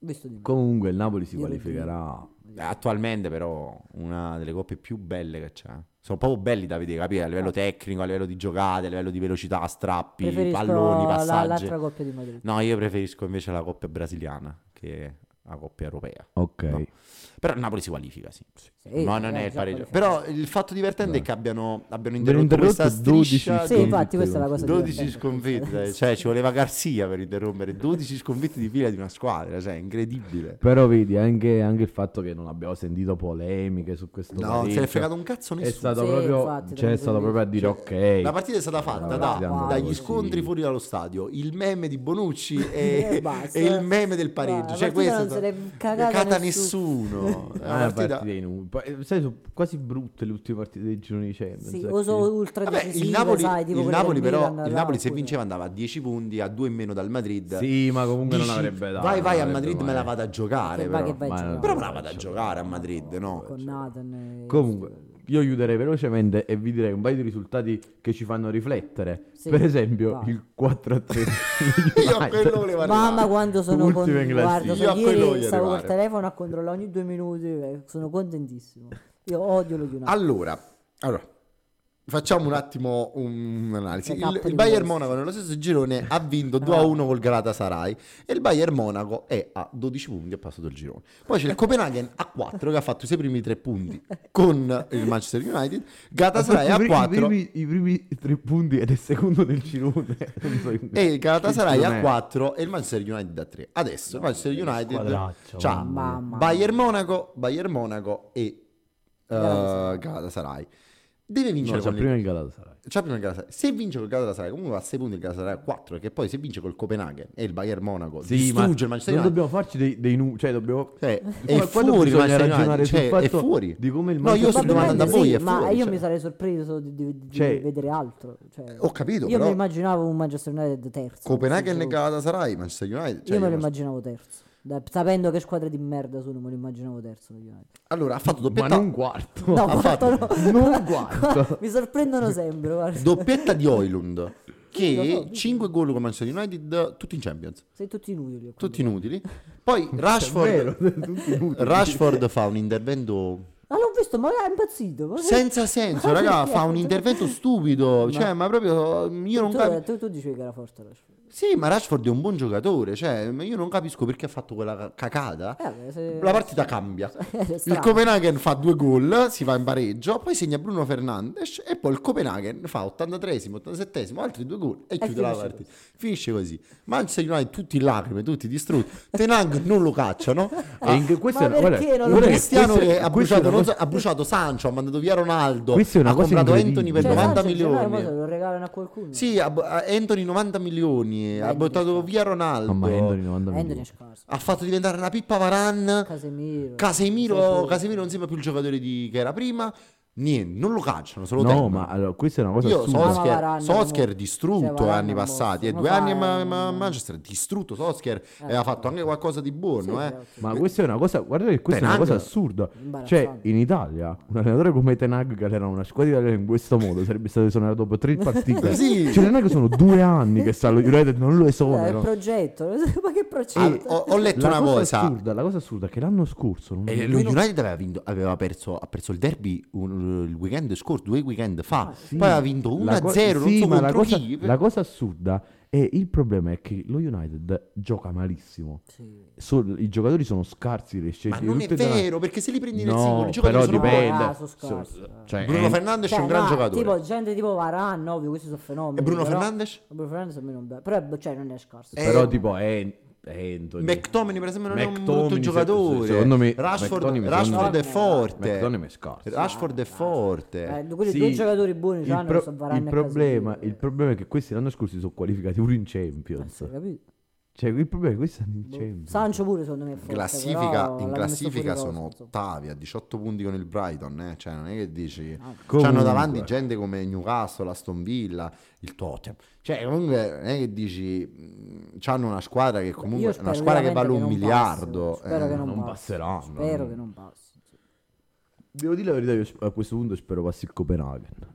Visto di me. Comunque il Napoli si Io lo qualificherà. Eh, Attualmente, però, una delle coppe più belle che c'è. Sono proprio belli da vedere, capire? A livello tecnico, a livello di giocate, a livello di velocità, strappi, Esatto. Preferisco palloni, la- passaggi. l'altra coppia di Madrid. No, io preferisco invece la coppia brasiliana che è la coppia europea. Ok. No. Però il Napoli si qualifica, sì. Sì, no, eh, non è il già pareggio. qualificato. Però il fatto divertente Beh. è che abbiano, abbiano Abbiamo interrotto, questa interrotto 12 striscia Sì, di infatti, questa è la cosa 12 divertente. sconfitte. cioè, ci voleva Garzia per interrompere 12 sconfitte di fila di una squadra. Cioè, è incredibile. Però vedi anche, anche il fatto che non abbiamo sentito polemiche su questo No, pareggio. se ne è fregato un cazzo È nessuno. Cioè, stato Sì, proprio, infatti, cioè, è da stato quel proprio a dire ok. La partita è stata fatta La da- partita è andata dagli così. scontri fuori dallo stadio, il meme di Bonucci E e, basta. e il meme del pareggio. No, la cioè, partita questo non è stato- se l'è cagata cata nessuno. nessuno. È Ah, una partita- partita inutile. Poi, eh, Sai, sono quasi brutte le ultime partite dei gironi di Champions. Sì, sai o sono che- ultra Vabbè, decisive, Cioè, il Napoli, sai, tipo il quelle Napoli del però, Milan, il là, Napoli se oppure- vinceva andava a 10 punti, a 2 in meno dal Madrid. Sì, ma comunque non Dici, avrebbe dato. Vai, vai a non avrebbe Madrid, me mai. la vado a giocare. Che va, Però, che vai a Ma- giocare. Però me la vado a giocare a Madrid, no? Cioè. con Nathan e- Comunque, io chiuderei velocemente e vi direi un paio di risultati che ci fanno riflettere. Sì, per esempio, vai. il 4-3. Io a quello volevo arrivare. Mamma quando sono con... Ultimo in classifica. Guarda, Io a so, quello ieri voglio stavo col arrivare. telefono a controllare ogni due minuti, eh, sono contentissimo. Io odio lo United. Allora, allora, facciamo un attimo un- un'analisi. Le tappe Il, di il Bayern Wolves. Monaco nello stesso girone ha vinto 2-1 col Galatasaray e il Bayern Monaco è a 12 punti e è passato il girone. Poi c'è il Copenaghen a 4 che ha fatto i suoi primi 3 punti con il Manchester United, Galatasaray a 4 I primi, i primi tre punti ed è secondo del girone. Non so in- e il Galatasaray che a girone Cioè, 4 è. e il Manchester United a 3. Adesso il Manchester United squadraccio, c'ha mamma mia. Bayern Monaco, Bayern Monaco e eh, Galatasaray. Galatasaray. Deve No, vincere c'è con il- prima il Galatasaray. C'ha prima il Galatasaray. Se vince col Galatasaray, comunque va a 6 punti il Galatasaray a 4. Perché poi se vince col Copenaghen e il Bayern Monaco, distrugge il Manchester non United. dobbiamo farci dei, dei nu- cioè dobbiamo... Cioè, è Quando fuori il bisogna Manchester ragionare United, sul cioè, è fatto fuori. di come il no, io Manchester sto United- domandando a Probabilmente voi, sì, è ma fuori. io cioè. mi sarei sorpreso di, di- di Cioè- vedere altro. cioè. Ho capito, Io però- mi immaginavo un Manchester United terzo. Cioè, Copenaghen e Io- Galatasaray, Manchester United. cioè, io me io lo non- immaginavo terzo. Da- sapendo che squadre di merda sono, me lo immaginavo terzo. lo United. Allora, ha fatto Ma doppietta, non quarto. No, Boh, ha fatto guarda, no. Non quarto. Mi sorprendono sempre. guarda. doppietta di Oilund. Sì, lo so, Che sì. 5 gol con Manchester United, tutti in Champions, Sei tutti inutili. a tutti quanto inutili. Poi È Rashford, Cioè, vero, tutti inutili. Rashford fa un intervento pare. Ma Ah, l'ho visto, ma è impazzito. ma- senza senso, raga. Fa un intervento stupido. Cioè, ma proprio io non tu, capisco. tu- tu dicevi che era forte la Rashford. Sì, ma Rashford è un buon giocatore, cioè, ma io non capisco perché ha fatto quella ca- cacata. Eh, vabbè, se- La partita cambia. È Il strano. Copenaghen fa due gol, si va in pareggio, poi segna Bruno Fernandes e poi il Copenaghen fa 83esimo, 87esimo, altri due gol e, chiude la finisce partita. Finisce così. Manchester United tutti in lacrime, tutti distrutti. Tenang non lo cacciano. E Ah, in- questa è una- perché guarda, non lo guarda che Cristiano questa- che ha questa è bruciato, una non cosa- so- ha bruciato Sancho, ha mandato via Ronaldo, Questa è una ha cosa comprato incredibile. Anthony per Cioè, 90 Sanchez, no, milioni. mo se lo regalano a qualcuno. Sì, ha, ha- Anthony 90 milioni, ha Anthony. buttato via Ronaldo. No, ma Anthony 90 Anthony milioni. è scarso. Ha fatto diventare una pippa Varan. Casemiro. Casemiro, Secondo- Casemiro non sembra più il giocatore di- che era prima. Niente, non lo cacciano, se lo No, tengono. ma allora, questa è una cosa Io assurda. so- Ma Varane Sosker, è Sosker morto. Cioè, distrutto Varane anni è morto. passati, e Ma due fa- anni a Ma- Ma- Manchester, distrutto Sosker e ha fatto anche qualcosa di Eh, Sì, buono, eh. però, sì. Ma questa è una cosa, guardate che questa è una Tenag. cosa assurda. Cioè, Imbarazzante. in Italia, un allenatore come Tenag, che era una squadra italiana in questo modo, sarebbe stato esonerato dopo tre partite. Sì. Cioè, Tenag sono due anni che sta allo United, non lo Eh, il esonerano. progetto, ma che Ah, progetto? ho, ho letto La una cosa, cosa, assurda, la cosa assurda è che l'anno scorso non Eh, lo United aveva, vinto- aveva perso, ha perso il derby un- il weekend scorso, due weekend fa. Sì. Poi ha vinto 1-0, La co- non sì, so ma contro la cosa, chi. la cosa assurda è il problema è che lo United gioca malissimo. Sì. Sol- I giocatori sono scarsi, le Ma scelte non è vero, perché se li prendi nel singolo, i giocatori però sono dipende. buoni. Ah, dipende. sono scarsi, So- eh. cioè, Bruno eh, Fernandes Cioè, è un gran no, giocatore. Tipo gente tipo Varane, ovvio, questi sono fenomeni. e Bruno però- Fernandes? Bruno Fernandes a me non piace, però cioè, non è scarso. Eh, però tipo è, è Anthony. McTominay per esempio non è un McTominay, brutto se- giocatore. secondo me- Rashford, McTominay, Rashford secondo me- è forte. McTominay è scarso. Rashford è Eh, forte. quelli Sì, due giocatori buoni il, c'hanno, pro- sono Varane il e problema, Casemiro, il eh. problema è che questi l'anno scorso si sono qualificati pure in Champions. Eh, capito? Cioè, il problema è che questi stanno in Boh. Champions. Sancho pure secondo me è forte, Classifica, però in l'hanno classifica messo fuori sono rosa, insomma. ottavi a 18 punti con il Brighton. eh, Cioè, non è che dici. Ah, C'hanno Comunque. davanti gente come Newcastle, Aston Villa, il Tottenham. Cioè, comunque non è che dici. mh, C'hanno una squadra che Io comunque. spero Una squadra che veramente vale un non miliardo. passi, spero eh. che non, non passi. passeranno. Spero che non passi. sì. Devo dire la verità, io sp- a questo punto spero passi il Copenaghen.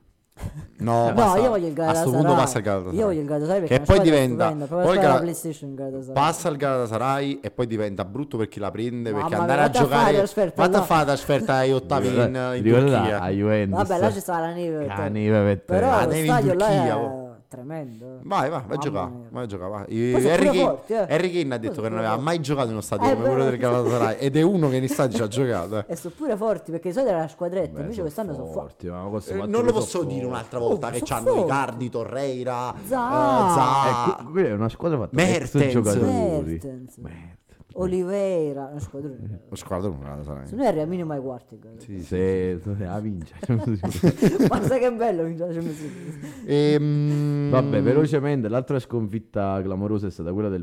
No, No, passa- io voglio il A questo punto Galatasaray. passa il Galatasaray. Io voglio il Galatasaray perché Che è una poi squadra diventa- stupenda, proprio poi la squadra Gal- PlayStation Galatasaray. Passa il Galatasaray e poi diventa brutto per chi la prende perché Mamma mia, andare a vatti a fare giocare. la trasferta Vatti a là. fare la trasferta ai ottavi in, in a Turchia. Juventus. Vabbè, là ci sta la neve. Ah, cioè. neve per te. Però La lo neve in stadio là Turchia, è oh. tremendo. eh. Vai, vai, vai a Mamma giocare. mia. Vai a giocare. vai. Poi sono Harry pure Kane- forti, eh. Harry Kane ha Poi detto sono che non pure aveva forti. mai giocato in uno stadio Eh, come quello vero. del Galatasaray ed è uno che in stadio ci ha giocato. eh. E sono pure forti perché di solito era la squadretta, invece quest'anno sono forti. Eh, non lo posso dire un'altra volta Oh, che sono c'hanno forti. Icardi, Torreira, Zaha. eh, Zaha. quella è una squadra fatta Mertens. da ex giocatori. Mertens. Mertens. Oliveira, uno squadrone. Lo squadra non Galatasaray. Se noi arriva minimo ai quarti, guarda. Eh, Sì, sì. Se se la vince. ma sai che bello mi piace così. Ehm, Vabbè, velocemente, l'altra sconfitta clamorosa è stata quella del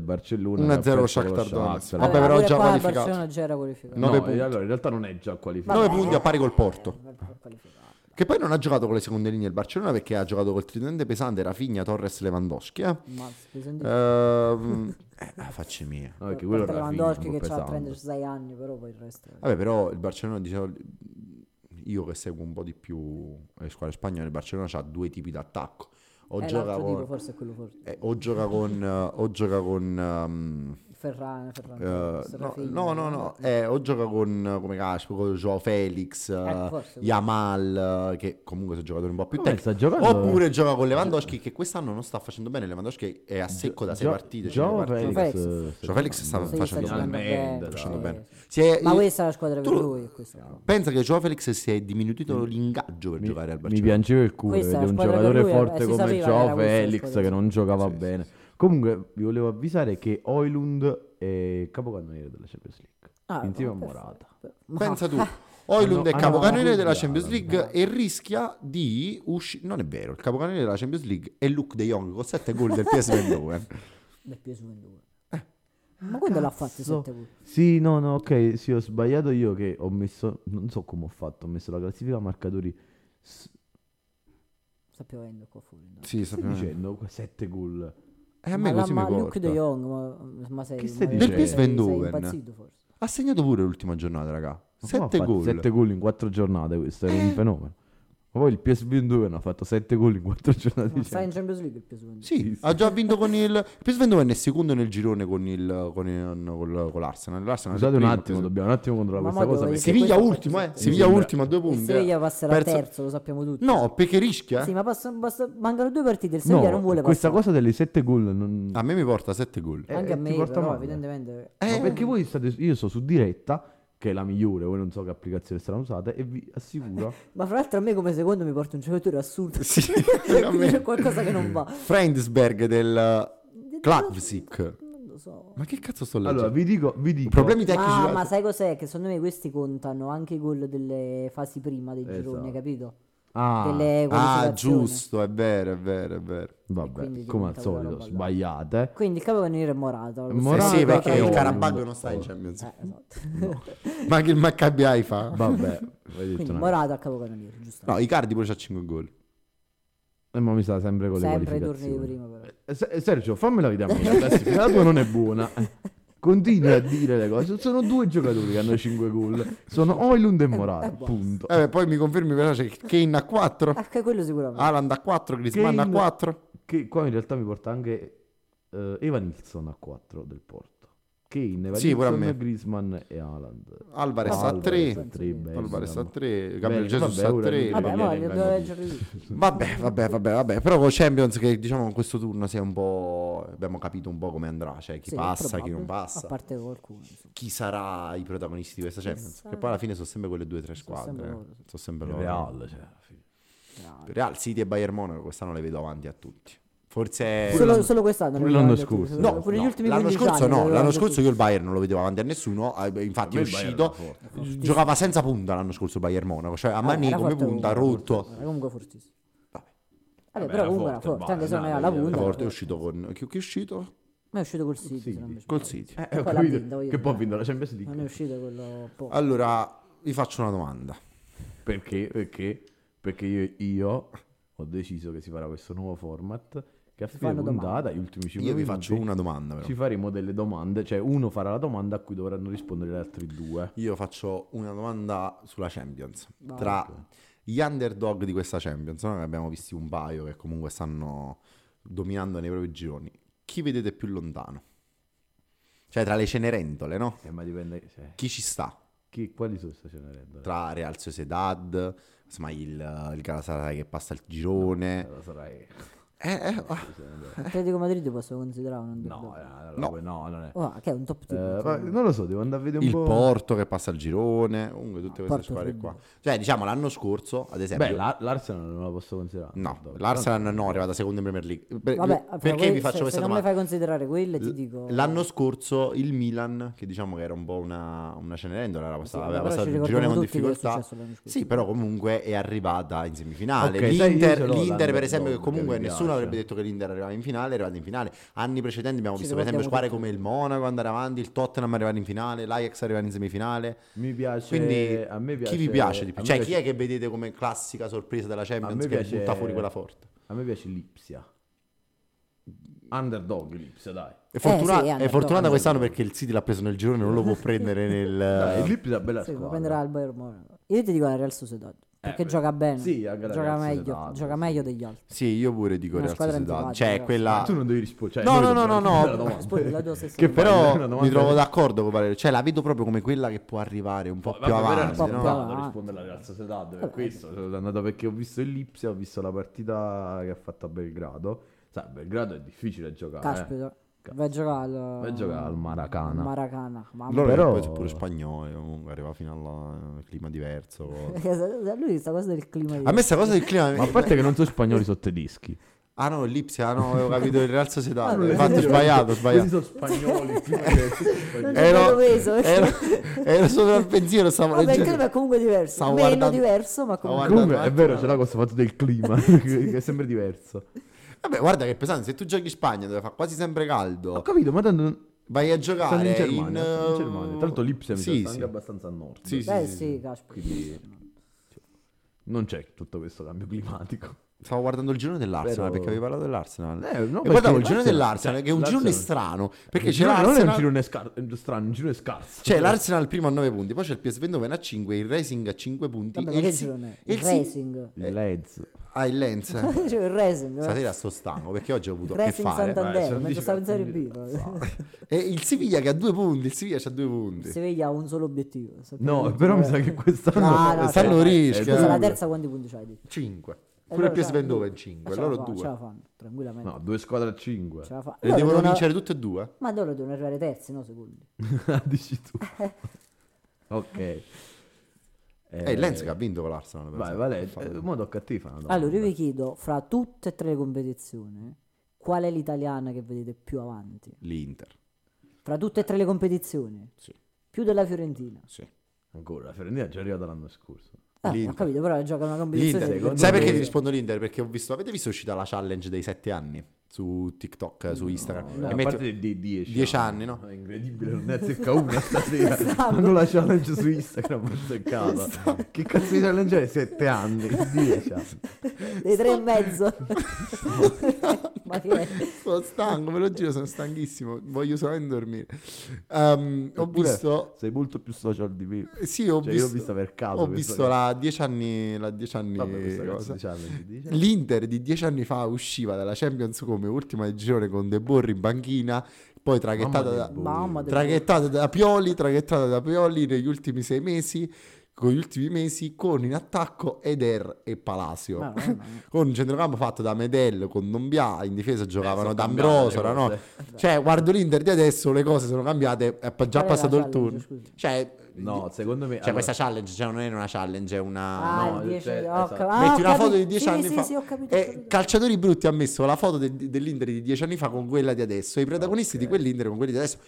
1-0 Barcellona. che ha perso con lo Shakhtar Donetsk. Shakhtar. Vabbè, però pure già qua il qualificato. Barcellona già era qualificato. No, No, nove eh, punti. allora in realtà non è già qualificato. Nove Vabbè. punti a pari col Porto. Era qualificato. Che poi non ha giocato con le seconde linee il Barcellona perché ha giocato col tridente pesante Rafinha, Torres, Lewandowski. Eh? Ma senti, Ehm, eh, la faccia mia. No, perché quello era la fine, Lewandowski un che po' ha pesante. 36 anni, però poi il resto. Vabbè, però il Barcellona, diciamo, io che seguo un po' di più le squadre spagnole, il Barcellona ha due tipi d'attacco. O è gioca Eh, l'altro tipo, con, forse è quello forte. eh, o gioca con, eh, o gioca con um, Ferran, Ferran. eh, Torres, no, Rafinha, no, no, no, eh, o gioca con eh, come casco, con Joao Felix, eh, Eh, forse. Yamal, eh, che comunque sono giocatori un po' più Come sta tecnici. giocando? Oppure gioca con Lewandowski, che quest'anno non sta facendo bene. Lewandowski è a secco da sei Gio- partite. Joao cinque partite. Felix, Felix. eh, Joao Felix sta Sì, facendo sta giocando bene. bene, Sta facendo sì. bene. Si è- Ma questa è la squadra per tu- lui, questa qua. Pensa che Joao Felix si è diminuito l'ingaggio per giocare al Mi Barcellona. piaceva il culo Questa è vedere un la squadra che giocatore lui era- forte eh, si come sapeva che era Joe questa la Felix squadra. che non giocava Sì, sì, bene. Comunque vi volevo avvisare che Oilund è capocannoniere della Champions League. Ah, insieme a no, Eh. Morata. perfetto. Ma- Pensa tu. Oilund è hanno- capocannoniere hanno- della Champions League hanno- e rischia di uscire. Non è vero, il capocannoniere della Champions League è Luke De Jong con 7 gol del PSV. Mi è piaciuto in due. Eh. Ma quando l'ha fatto So- 7 gol? Sì, no, no, ok, sì, ho sbagliato io che ho messo, non so come ho fatto, ho messo la classifica marcatori, s- Sta piovendo qua fuori. no? sì, stai dicendo 7 gol. E "Eh, a ma me la- così mi ma Luke porta. De Jong, ma, ma sei, Che stai ma- dicendo? sei- Del PSV Eindhoven. Sei impazzito forse. Ha segnato pure l'ultima giornata, raga. 7 gol. 7 gol in 4 giornate, questo è un fenomeno. Ma poi il PSV in 2 hanno fatto 7 gol in 4 giornate. Ma di sta in Champions. Champions League il PSV. Sì, ha già vinto con il il PSV Eindhoven è secondo nel girone con il con, il- col- con l'Arsenal. L'Arsenal è Scusate un primo, attimo, PSV. dobbiamo un attimo controllare Ma questa mo cosa. devo- perché- Siviglia questo- ultimo, eh. Mi Siviglia sembra- ultimo a due Il punti. Siviglia eh. passerà Perso- terzo, lo sappiamo tutti. No, perché rischia. eh. Sì, ma basta- basta- mancano due partite, il No, Siviglia non vuole questa passare. cosa delle 7 gol non... A me mi porta 7 gol. eh, Anche a ti me, porta però, male. evidentemente. Ma Eh. perché voi state... Io so su diretta, che è la migliore, voi non so che applicazione saranno usate, e vi assicuro... Ma fra l'altro a me come secondo mi porta un giocatore assurdo. Sì, a Quindi me. c'è qualcosa che non va. Friendsberg del Klavsik. Non lo so. Ma che cazzo sto leggendo? Allora, vi dico... Vi dico Problemi tecnici. Ah, già- ma sai cos'è? Che secondo me questi contano anche i gol delle fasi prima dei Esatto. gironi, capito? Ah, Delle Ah, qualificazioni. giusto, è vero, è vero, è vero. quindi vabbè, come al diventa quella solito, roba là. sbagliate. Quindi il capocannoniere è Morata. lo Morata Eh stesso. sì, perché è il un- Carabag non sta in Champions. Eh, esatto. Oh. Ma anche il Maccabi Haifa. Vabbè, avete detto Quindi una- Morata al capocannoniere, giusto? No, Icardi pure c'ha 5 gol. Eh, ma mi sta sempre con Sempre le i turni di qualificazioni. prima però. Eh, Se- Sergio, fammela vedere a me la classifica, la tua non è buona. Continua a dire le cose. Sono due giocatori che hanno 5 gol. Sono Oilund e Morata, eh, basta. punto. Eh, beh, poi mi confermi veloce che Kane ha 4, Anche Ah, quello sicuramente. Haaland a 4, Griezmann a Kane- 4. Che qua in realtà mi porta anche eh, Evan Nilsson a 4 del Porto. Kane, Evan Sì, pure a me. Nilsson, Griezmann e Haaland. Alvarez Ah, a 3. Alvarez. Alvarez a a 3. 3, Bene, Gabriel Jesus vabbè, a ora 3. mi Vabbè, Viene ma il li Bangladesh. dobbiamo leggere tutti. Vabbè, vabbè, vabbè, vabbè. Però con Champions che diciamo in questo turno si è un po'. Abbiamo capito un po' come andrà, cioè chi Sì, passa, chi probabile. non A passa, parte qualcuno. insomma. chi sarà i protagonisti di questa Champions. Chissà. Che poi alla fine sono sempre quelle due o tre Sono squadre. sempre eh. loro, Sono sempre Il loro. Real, cioè, alla fine. Grazie. Real City e Bayern Monaco quest'anno le vedo avanti a tutti. Forse. Solo, solo quest'anno. pure non l'anno ricordo, scorso. solo- No, pure no, gli ultimi l'anno 15 scorso anni, no, non l'anno ricordo scorso tutti. io il Bayern non lo vedevo avanti a nessuno, eh, beh, infatti è Per me il Bayern uscito, era forte. giocava senza punta l'anno scorso Bayern Monaco, cioè a Mané Ah, Era come forte punta, comunque, rotto, Era comunque fortissimo. Vabbè. Vabbè, Vabbè, però era comunque era forte, forte, anche se basta, non era la dai, Una era punta. volta è era uscito con... Chi chi è uscito? Ma è uscito col City. se non mi Col sbaglio. City. Eh, ho Poi l'ha capito vinta, voglio che dire. poi ha vinto la Champions League. Non è uscito quello... po- Allora, vi faccio una domanda. Perché? Perché? Perché io, io ho deciso che si farà questo nuovo format che a fine fanno domande. puntata, gli ultimi 5 Io vi faccio una domanda però. Ci faremo delle domande, cioè uno farà la domanda a cui dovranno rispondere gli altri due. Io faccio una domanda sulla Champions. Vai. Tra gli underdog di questa Champions, no? ne abbiamo visti un paio che comunque stanno dominando nei propri gironi. Chi vedete più lontano? Cioè tra le Cenerentole, no? Eh, ma dipende, cioè, Chi ci sta? chi, quali sono queste Cenerentole? Tra Real Sociedad, insomma il, il Galatasaray che passa il girone. Allora sarai- Eh, eh, ah. Atletico Madrid posso considerare un No, underdog. eh, allora, No. poi no, non è. Oh, che è un top Eh, 2. ma non lo so, devo andare a vedere un il po'. Porto che passa il girone. Comunque tutte queste Porto squadre Friburgo. qua. Cioè diciamo l'anno scorso, ad esempio... Beh, la- l'Arsenal non la posso considerare. No, Tanto- l'Arsenal no, è arrivata seconda in Premier League. Per- Vabbè, fra perché quei- vi faccio se, questa se non mi domanda? fai considerare quelle ti L- dico... L'anno scorso il Milan, che diciamo che era un po' una, una cenerentola, era passata, Sì, aveva però ci passato il ricordiamo girone con tutti che è difficoltà. successo l'anno scorso. Sì, però comunque è arrivata in semifinale. Ok, sai, io L'Inter, ce l'ho l'Inter, per l'underdog esempio, che che comunque mi nessuno piace. avrebbe detto che l'Inter arrivava in finale, è arrivata in finale. Anni precedenti abbiamo Ci visto, per esempio, squadre ricordiamo come il Monaco andare avanti, il Tottenham arrivare in finale, l'Ajax arrivare in semifinale. Mi piace. Quindi a me piace chi vi piace di più? a me Cioè, piace- chi è che vedete come classica sorpresa della Champions che piace- butta fuori quella forte? A me piace l'Ipsia. Underdog l'Ipsia, dai. È, fortuna- Eh, sì, è è underdog. fortunata quest'anno perché il City l'ha preso nel girone, non lo può prendere Dai, nel. Eh, L'Ipsia è una bella Sì, lo squadra. prenderà il Bayern Monaco. Io ti dico la Real Sociedad. Perché beh. gioca bene. Sì, anche la gioca Real meglio, Sociedad, gioca sì. meglio degli altri. sì, io pure dico Una Real squadra Sociedad. antipatica, Cioè, però. quella. Tu non devi rispondere. No, no, Cioè, noi no, dobbiamo no, rispondere no. alla domanda. Rispondi la tua stessa Che domanda. Vai, vai, Però una domanda. mi trovo d'accordo con Valerio. Cioè, la vedo proprio come quella che può arrivare un po' Vabbè, più però avanti. po' no? più avanti. vado a rispondere alla Real Sociedad per Vabbè. questo sono andato perché ho visto il Lipsia ho visto la partita che ha fatto a Belgrado sai a Belgrado è difficile giocare eh. Caspita. Vai a giocare al... Vai a giocare al Maracana. Maracana. Mamma Loro Però- poi sono pure spagnoli, comunque arriva fino al clima diverso. cose. Perché se- se- lui sta cosa del clima A me sta cosa del clima. ma a parte che non sono spagnoli sono tedeschi Ah no, l'Ipsia, no, avevo capito il Real Ah, Sociedad. non è Infatti, ho vero. sbagliato, ho sbagliato. sono spagnoli prima che- Non ci Ero, avevo preso, perché- ero, ero solo al pensiero, stavo Vabbè, il leggendo. clima è comunque diverso. Stavo Meno guardando- diverso, ma comunque... guardando- comunque è vero c'è la cosa fatto del clima che è sempre diverso Vabbè, guarda che è pesante, se tu giochi in Spagna dove fa quasi sempre ho caldo, capito ma tanto vai a giocare stanno in Germania in, stanno in Germania eh, tanto l'Ipsia mi sì, sa sta sì. anche abbastanza a nord Sì, sì. Beh sì, caspita. quindi non c'è tutto questo cambio climatico Stavo guardando il girone dell'Arsenal Però- perché avevi parlato dell'Arsenal. Eh, no, e perché guardavo il girone l'Arsenal- dell'Arsenal, cioè, che è un girone l'Arsenal- strano. Perché Il c'è girone- Non è un l'Arsenal. girone scar- eh, strano, un girone scarso. C'è l'Arsenal primo a 9 punti, poi c'è il PSV Eindhoven a 5, il Racing a 5 punti. Vabbè, e ma che il, Si- girone? e Il il Si- racing. Il Lez. Ah, il Lens. eh. Cioè, il racing. eh. Stasera sto stanco perché oggi ho avuto Il a che racing fare. Vai, se non Santander, mentre dici stavo in Serie cazzo, B. non dici proprio. E il Siviglia che ha 2 punti, il Siviglia c'ha 2 punti. Sevilla ha un solo obiettivo. No, però mi sa che quest'anno... No, no, quest'anno cioè, rischia. Scusa, la terza quanti punti c'hai? Pure 5. Eh, Pure il PSV Eindhoven 5, loro 2. Ce la fanno, tranquillamente. No, due squadre a 5. Ce la fa- E Loro devono devono- vincere tutte e due? Ma loro devono arrivare terzi, no secondi. Dici tu. ok. Eh, È Eh, il Lens che ha vinto con l'Arsenal. per Vai, esempio. vale. Fa- Eh, mo tocca a te fare una domanda. Allora, io vi chiedo, fra tutte e tre le competizioni, qual è l'italiana che vedete più avanti? L'Inter. Fra tutte e tre le competizioni? Sì, Più della Fiorentina. sì. Ancora, la Fiorentina è già arrivata l'anno scorso. Ah, ho L'Inter. capito, però gioca una competizione. L'Inter, che- sai me- perché ti rispondo l'Inter? Perché ho visto, avete visto è uscita la challenge dei 7 anni su TikTok, su Instagram? No, E a metti- parte dei 10. dieci anni, no? È incredibile, non ne azzecca una stasera. Hanno la challenge su Instagram, non azzeccata. Che cazzo di challenge è? 7 anni, 10 anni. Dei tre e mezzo. Ma che è? Sono stanco, ve lo giuro, sono stanchissimo, voglio solamente dormire. Ehm, ho Oppure visto... Sei molto più social di me. Sì, ho Cioè, io visto... l'ho vista per caso. Ho questa visto cosa. la 10 anni... La 10 anni... Vabbè, questa diciamo. cosa. cazzo di challenge, dice. L'Inter di 10 anni fa usciva dalla Champions come ultima del girone con De Borri in banchina, poi traghettata Mamma da... di Boh. Mamma del- traghettata da Pioli, traghettata da Pioli negli ultimi sei mesi, con gli ultimi mesi con in attacco Eder e Palacio. Ma- ma- ma- Con un centrocampo fatto da Medel, con Dombia, in difesa giocavano sono D'Ambrosio, cambiate le no? cose. Cioè, guardo l'Inter di adesso, le cose sono cambiate, è già Qual è passato la il turno. challenge, scusa? Cioè, No, secondo me... cioè questa challenge cioè, non era una challenge, è una... Ah, no, il 10 cioè, ho esatto. cap- ah, Metti ho una foto capito. di dieci Sì, anni sì, fa. sì, ho capito, ho E capito. Eh, Calciatori Brutti ha messo la foto del- dell'Inter di dieci anni fa con quella di adesso, i protagonisti Ok. di quell'Inter con quelli di adesso.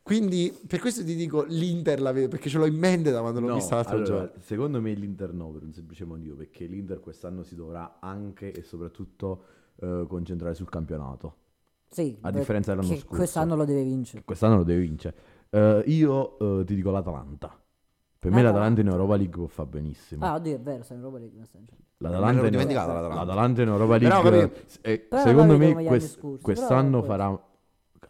Quindi per questo ti dico l'Inter la vedo perché ce l'ho in mente da quando l'ho No, vista l'altro allora, giorno. Secondo me l'Inter no, per un semplice motivo, perché l'Inter quest'anno si dovrà anche e soprattutto eh, concentrare sul campionato. Sì, A beh, differenza dell'anno che scorso. Quest'anno lo deve vincere. Quest'anno lo deve vincere. Eh, io eh, ti dico l'Atalanta. Per me l'Atalanta in Europa League può fare Mm. benissimo. Ah, oddio, è vero, sei in Europa League. quest'anno. Me L'Atalanta, l'ero in, dimenticata l'Atalanta. l'Atalanta in Europa Però, League. capì- eh, Però secondo la vedo me come gli quest- anni scorsi, quest'anno però- farà...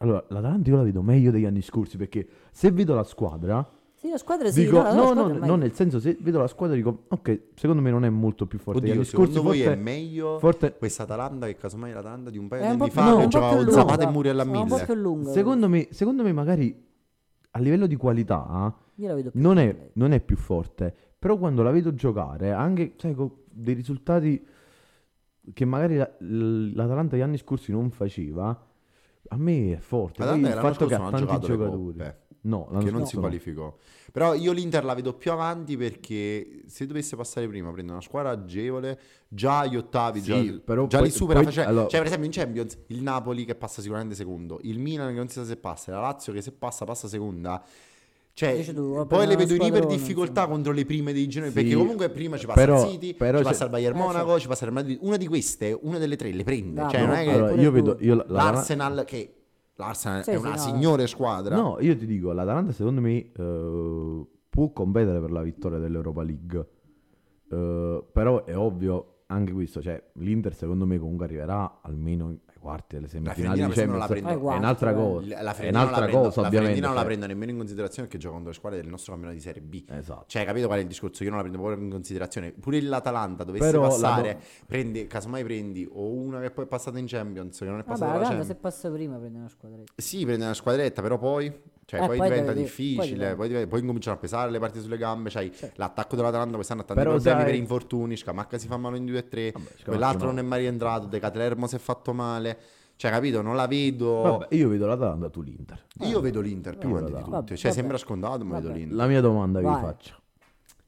Allora, l'Atalanta io la vedo meglio degli anni scorsi perché se vedo la squadra... Sì, la squadra sì, Dico, la- la no, squadra no, ormai- non nel senso, se vedo la squadra dico, ok, secondo me non è molto più forte. Oddio, degli anni secondo scorsi, voi è forte- meglio forte- questa Atalanta che casomai l'Atalanta di un paio È Eh, di un po' anni più- fa no, che un po' giocava più con lunga. Zapata e Muriel a Sono un po' 1000. più lunga. secondo, me, secondo me magari a livello di qualità Io la vedo più non lunga. è, non è più forte, però quando la vedo giocare, anche sai, con dei risultati che magari la- l- l'Atalanta gli anni scorsi non faceva, a me è forte. Poi L'Atalanta il l'anno fatto che scorso ha non ha tanti giocato le giocatori. coppe. No, l'anno che non scorso si no. qualificò. Però io l'Inter la vedo più avanti perché se dovesse passare prima, prende una squadra agevole, già gli ottavi, Sì, già, però già poi- li supera. poi- cioè, allora- cioè, per esempio, in Champions il Napoli che passa sicuramente secondo, il Milan che non si sa se passa, la Lazio che se passa passa seconda. Cioè, Dici tu, vabbè, poi le una vedo in iper squadrona, difficoltà insomma. contro le prime dei gironi Sì, perché comunque prima ci passa però- il City, però ci c'è- passa il Bayern Eh, Monaco, sì. ci passa il Real Madrid. Una di queste, una delle tre, le prende. Ah, cioè, no, non è che Allora, pure io tu. vedo io la- l'Atalanta- l'Arsenal, che l'Arsenal Sì, è sì, una no, no. signore squadra. No, io ti dico, l'Atalanta secondo me eh, può competere per la vittoria dell'Europa League, Eh, però è ovvio anche questo, cioè l'Inter secondo me comunque arriverà almeno ai quarti delle semifinali Fiorentina di per esempio non la Champions, prende. è Ai quarti, un'altra eh. cosa, La- La è Fiorentina non la un'altra prendo- cosa la ovviamente. Fiorentina non la cioè- prendo nemmeno in considerazione perché gioca contro le squadre del nostro campionato di Serie B. Esatto. Cioè, capito qual è il discorso? Io non la prendo proprio in considerazione. Pure l'Atalanta dovesse Però la- passare, prendi, casomai prendi o una che poi è passata in Champions, che non è Vabbè, passata la alla grande se Champions. passa prima prende una squadra. Sì, prende una squadretta, però poi, cioè, Eh, poi, poi diventa deve- poi difficile. diventa- Poi, diventa- poi incominciano a pesare le parti sulle gambe. C'hai l'attacco dell'Atalanta, quest'anno ha tanti Certo. Però problemi sai- per infortuni. Scamacca si fa male in 2 e 3. Vabbè, Scamacca Quell'altro no. non è mai rientrato. De Catermo si è fatto male. Cioè, capito? Non la vedo. Vabbè, io vedo l'Atalanta, tu l'Inter. Io vedo l'Inter più Io avanti di la- tutti. vabbè, cioè, vabbè. sembra scontato, ma vedo Vabbè. l'Inter. La mia domanda che vi Vai. faccio,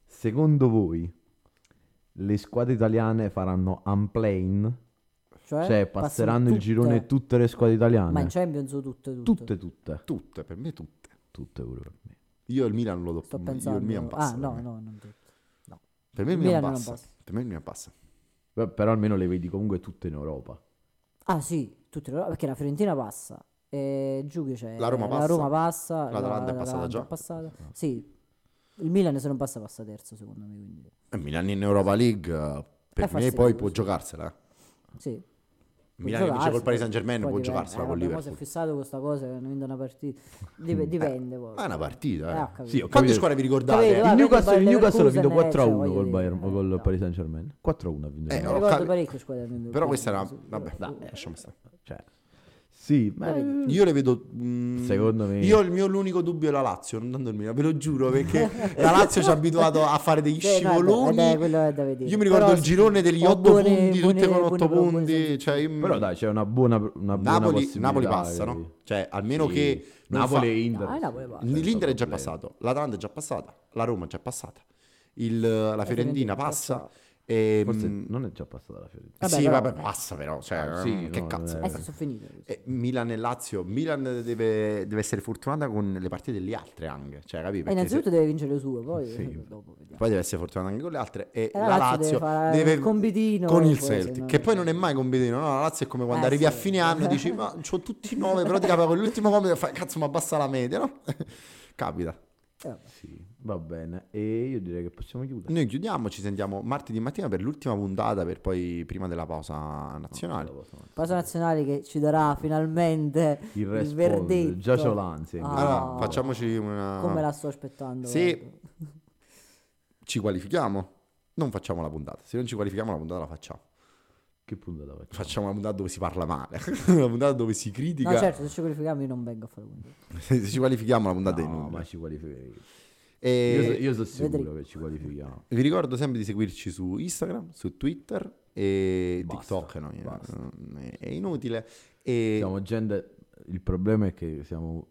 secondo voi le squadre italiane faranno unplane? Cioè, Cioè passano passeranno il tutte. girone tutte le squadre italiane? Ma in Champions o tutte, tutte. Tutte, tutte. Tutte, per me tutte. Tutte pure per me. Io il Milan lo do. Sto io pensando. il Milan passa. per ah, no, eh. me. no, non tutte. No. Per me il Il Milan, Milan non passa. passa. Per me il Milan passa. Beh, Però almeno le vedi comunque tutte in Europa. Ah, sì, tutte le perché la Fiorentina passa. E giù che c'è La Roma passa. La Roma passa. la- L'Atalanta è passata l'Atalanta già. è passata. Ah. Sì. Il Milan se non passa passa terzo secondo me, quindi. Il Milan in Europa League eh, per Eh, fa me sì, poi sì. può giocarsela. eh. Sì. Può Milan che vince giocarsi, col Paris Saint Germain poi può dipende. giocarsela Eh, con vabbè, mo si è Liverpool. fissato con questa cosa che non vinto una partita. Dip- dipende. Ma poi. Ah, è una Eh, ho partita, eh. capito. Sì, ho Quante capito. squadre vi Capito, ricordate? va. Il Newcastle, Bayern il Newcastle ha vinto Leverkusen, 4 a 1 cioè, col, voglio Bayern, dire, col no. Paris Saint Germain. 4 a 1 ha vinto. Eh, il Mi ho Bayern. ricordo capi- parecchio squadre. del Newcastle, Però questa era... sì. Vabbè, Dai. lasciamo stare. Cioè, sì, ma Dai. Io le vedo. mm, Secondo me- Io il mio l'unico dubbio è la Lazio, non tanto il Milan, ve lo giuro, perché la Lazio ci ha abituato a fare degli Cioè, no, scivoloni. vabbè, quello è da vedere. Io mi ricordo Però il sì, girone degli ho 8 buone- punti, tutte buone- con 8 buone- buone punti. sensazioni. cioè, io- però dai, c'è una buona, una buona Napoli, possibilità, Napoli passa, quindi. no? Cioè, almeno Sì. che non Napoli fa- e Inter. Ah, Napoli passa. Senza L'Inter è già problemi. passato, l'Atalanta è già passata, la Roma è già passata, il- la Fiorentina passa. E, Forse mm, non è già passata la Fiorentina. Vabbè, sì, però- vabbè, passa però. Cioè, Ah, sì, mm, che no, cazzo. eh. Eh, sì, sono finite. Eh, Milan e Lazio. Milan deve, deve essere fortunata con le partite degli altri anche. Cioè, capi? Eh, Perché se- innanzitutto deve vincere le sue, poi Sì. eh, dopo vediamo. Poi deve essere fortunata anche con le altre. E E la, Lazio deve, fare il combitino con il poi, se Celtic, no- che poi non è mai combitino. No, la Lazio è come quando Eh, arrivi sì. a fine anno e dici: Ma ho tutti i nove, però ti capita con l'ultimo compito e fai cazzo, ma abbassa la media, no? capita. Eh, vabbè. Sì, va bene. E io direi che possiamo chiudere. Noi chiudiamo, ci sentiamo martedì mattina per l'ultima puntata, per poi prima della pausa nazionale. Pausa nazionale che ci darà finalmente Il il, responso, verdetto. già c'ho l'ansia. Ah, Allora, facciamoci una. Come la sto aspettando? Ah. Sì. guarda. Ci qualifichiamo? Non facciamo la puntata. Se non ci qualifichiamo, la puntata la facciamo. Che puntata facciamo? Facciamo una puntata dove si parla male, una puntata dove si critica. No, certo, se ci qualifichiamo io non vengo a fare quello. Se ci qualifichiamo, la puntata è No, nulla. ma ci qualifichiamo. E Io, so- io sono sicuro vedremo. che ci qualifichiamo. vi ricordo sempre di seguirci su Instagram, su Twitter e Basta, TikTok. no? basta. È- È inutile. E Siamo gente. Il problema è che siamo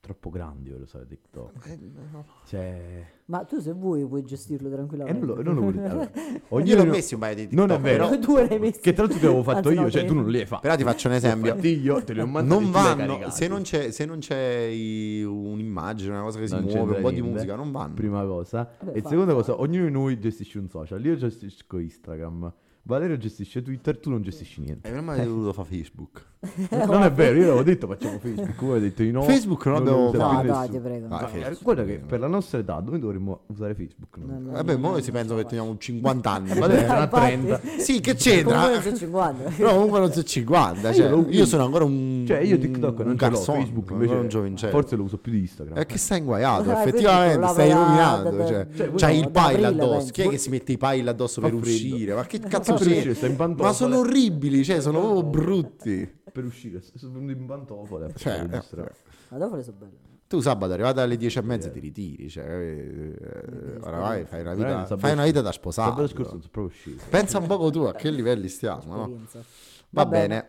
troppo grandi per usare TikTok. Eh, no. Cioè. Ma tu se vuoi puoi gestirlo E tranquillamente. non lo, non lo vuoi- allora, Io l'ho ognuno- messo un paio di Non è TikTok, vero. Però, Tu l'hai messo. Che tra l'altro ti avevo Ah, fatto Anzi, no, io, cioè te- tu non li hai fatti. però ti faccio un esempio. Fatti io te li ho mandati Non tu li hai vanno, caricati. se non c'è, se non c'è i- un'immagine, una cosa che si Non muove, c'entra un po' di niente. musica, non vanno. Prima cosa. Vabbè, e fa- seconda cosa, ognuno di noi gestisce un social. Io gestisco Instagram. Valerio gestisce Twitter, tu non gestisci niente. E meno male che ho dovuto fare Facebook. Non è vero, io l'avevo detto facciamo Facebook, voi avete detto di no. Facebook non abbiamo lo userà fatto. No, per dai, nessuno. ti prego. Ah, Ma, Facebook, eh, guarda che no. per la nostra età noi dovremmo usare Facebook. no? No, no, Vabbè, no, no, mo si no, pensa no, che Eh, no. teniamo 50 anni. Ma adesso cioè. era Infatti. 30. Sì, che Comunque c'entra? sono 50. No, comunque non so 50. Io lo- Cioè, io sono ancora un. Cioè io TikTok un non ce l'ho, garzone, Facebook sono ancora invece un giovincello. forse lo uso più di Instagram. È Eh, che stai inguaiato, Ah, effettivamente, quindi stai proprio da- illuminando. da- Cioè, da- Cioè, voi- c'hai no, il da pile aprile, addosso. penso. Chi è che si mette i pile addosso per Fa freddo. uscire? Ma che cazzo Eh, Ma per c'è? uscire stai in pantofole. Ma sono orribili, cioè, sono proprio brutti. Per uscire sono venuto in pantofole. a Cioè, registrare. Ma dopo le so belle. Tu sabato arrivata alle 10 e mezza ti ritiri. Cioè, eh, oramai fai una Veramente, vita, sabato fai una vita da Sabato sposato. scorso sono proprio uscito. Pensa un poco tu a che livelli stiamo, no? Esperienza. Va bene,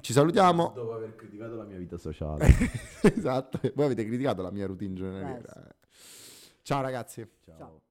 ci salutiamo. Dopo aver criticato la mia vita sociale. Eh, esatto, voi avete criticato la mia routine giornaliera. Ciao ragazzi. Ciao.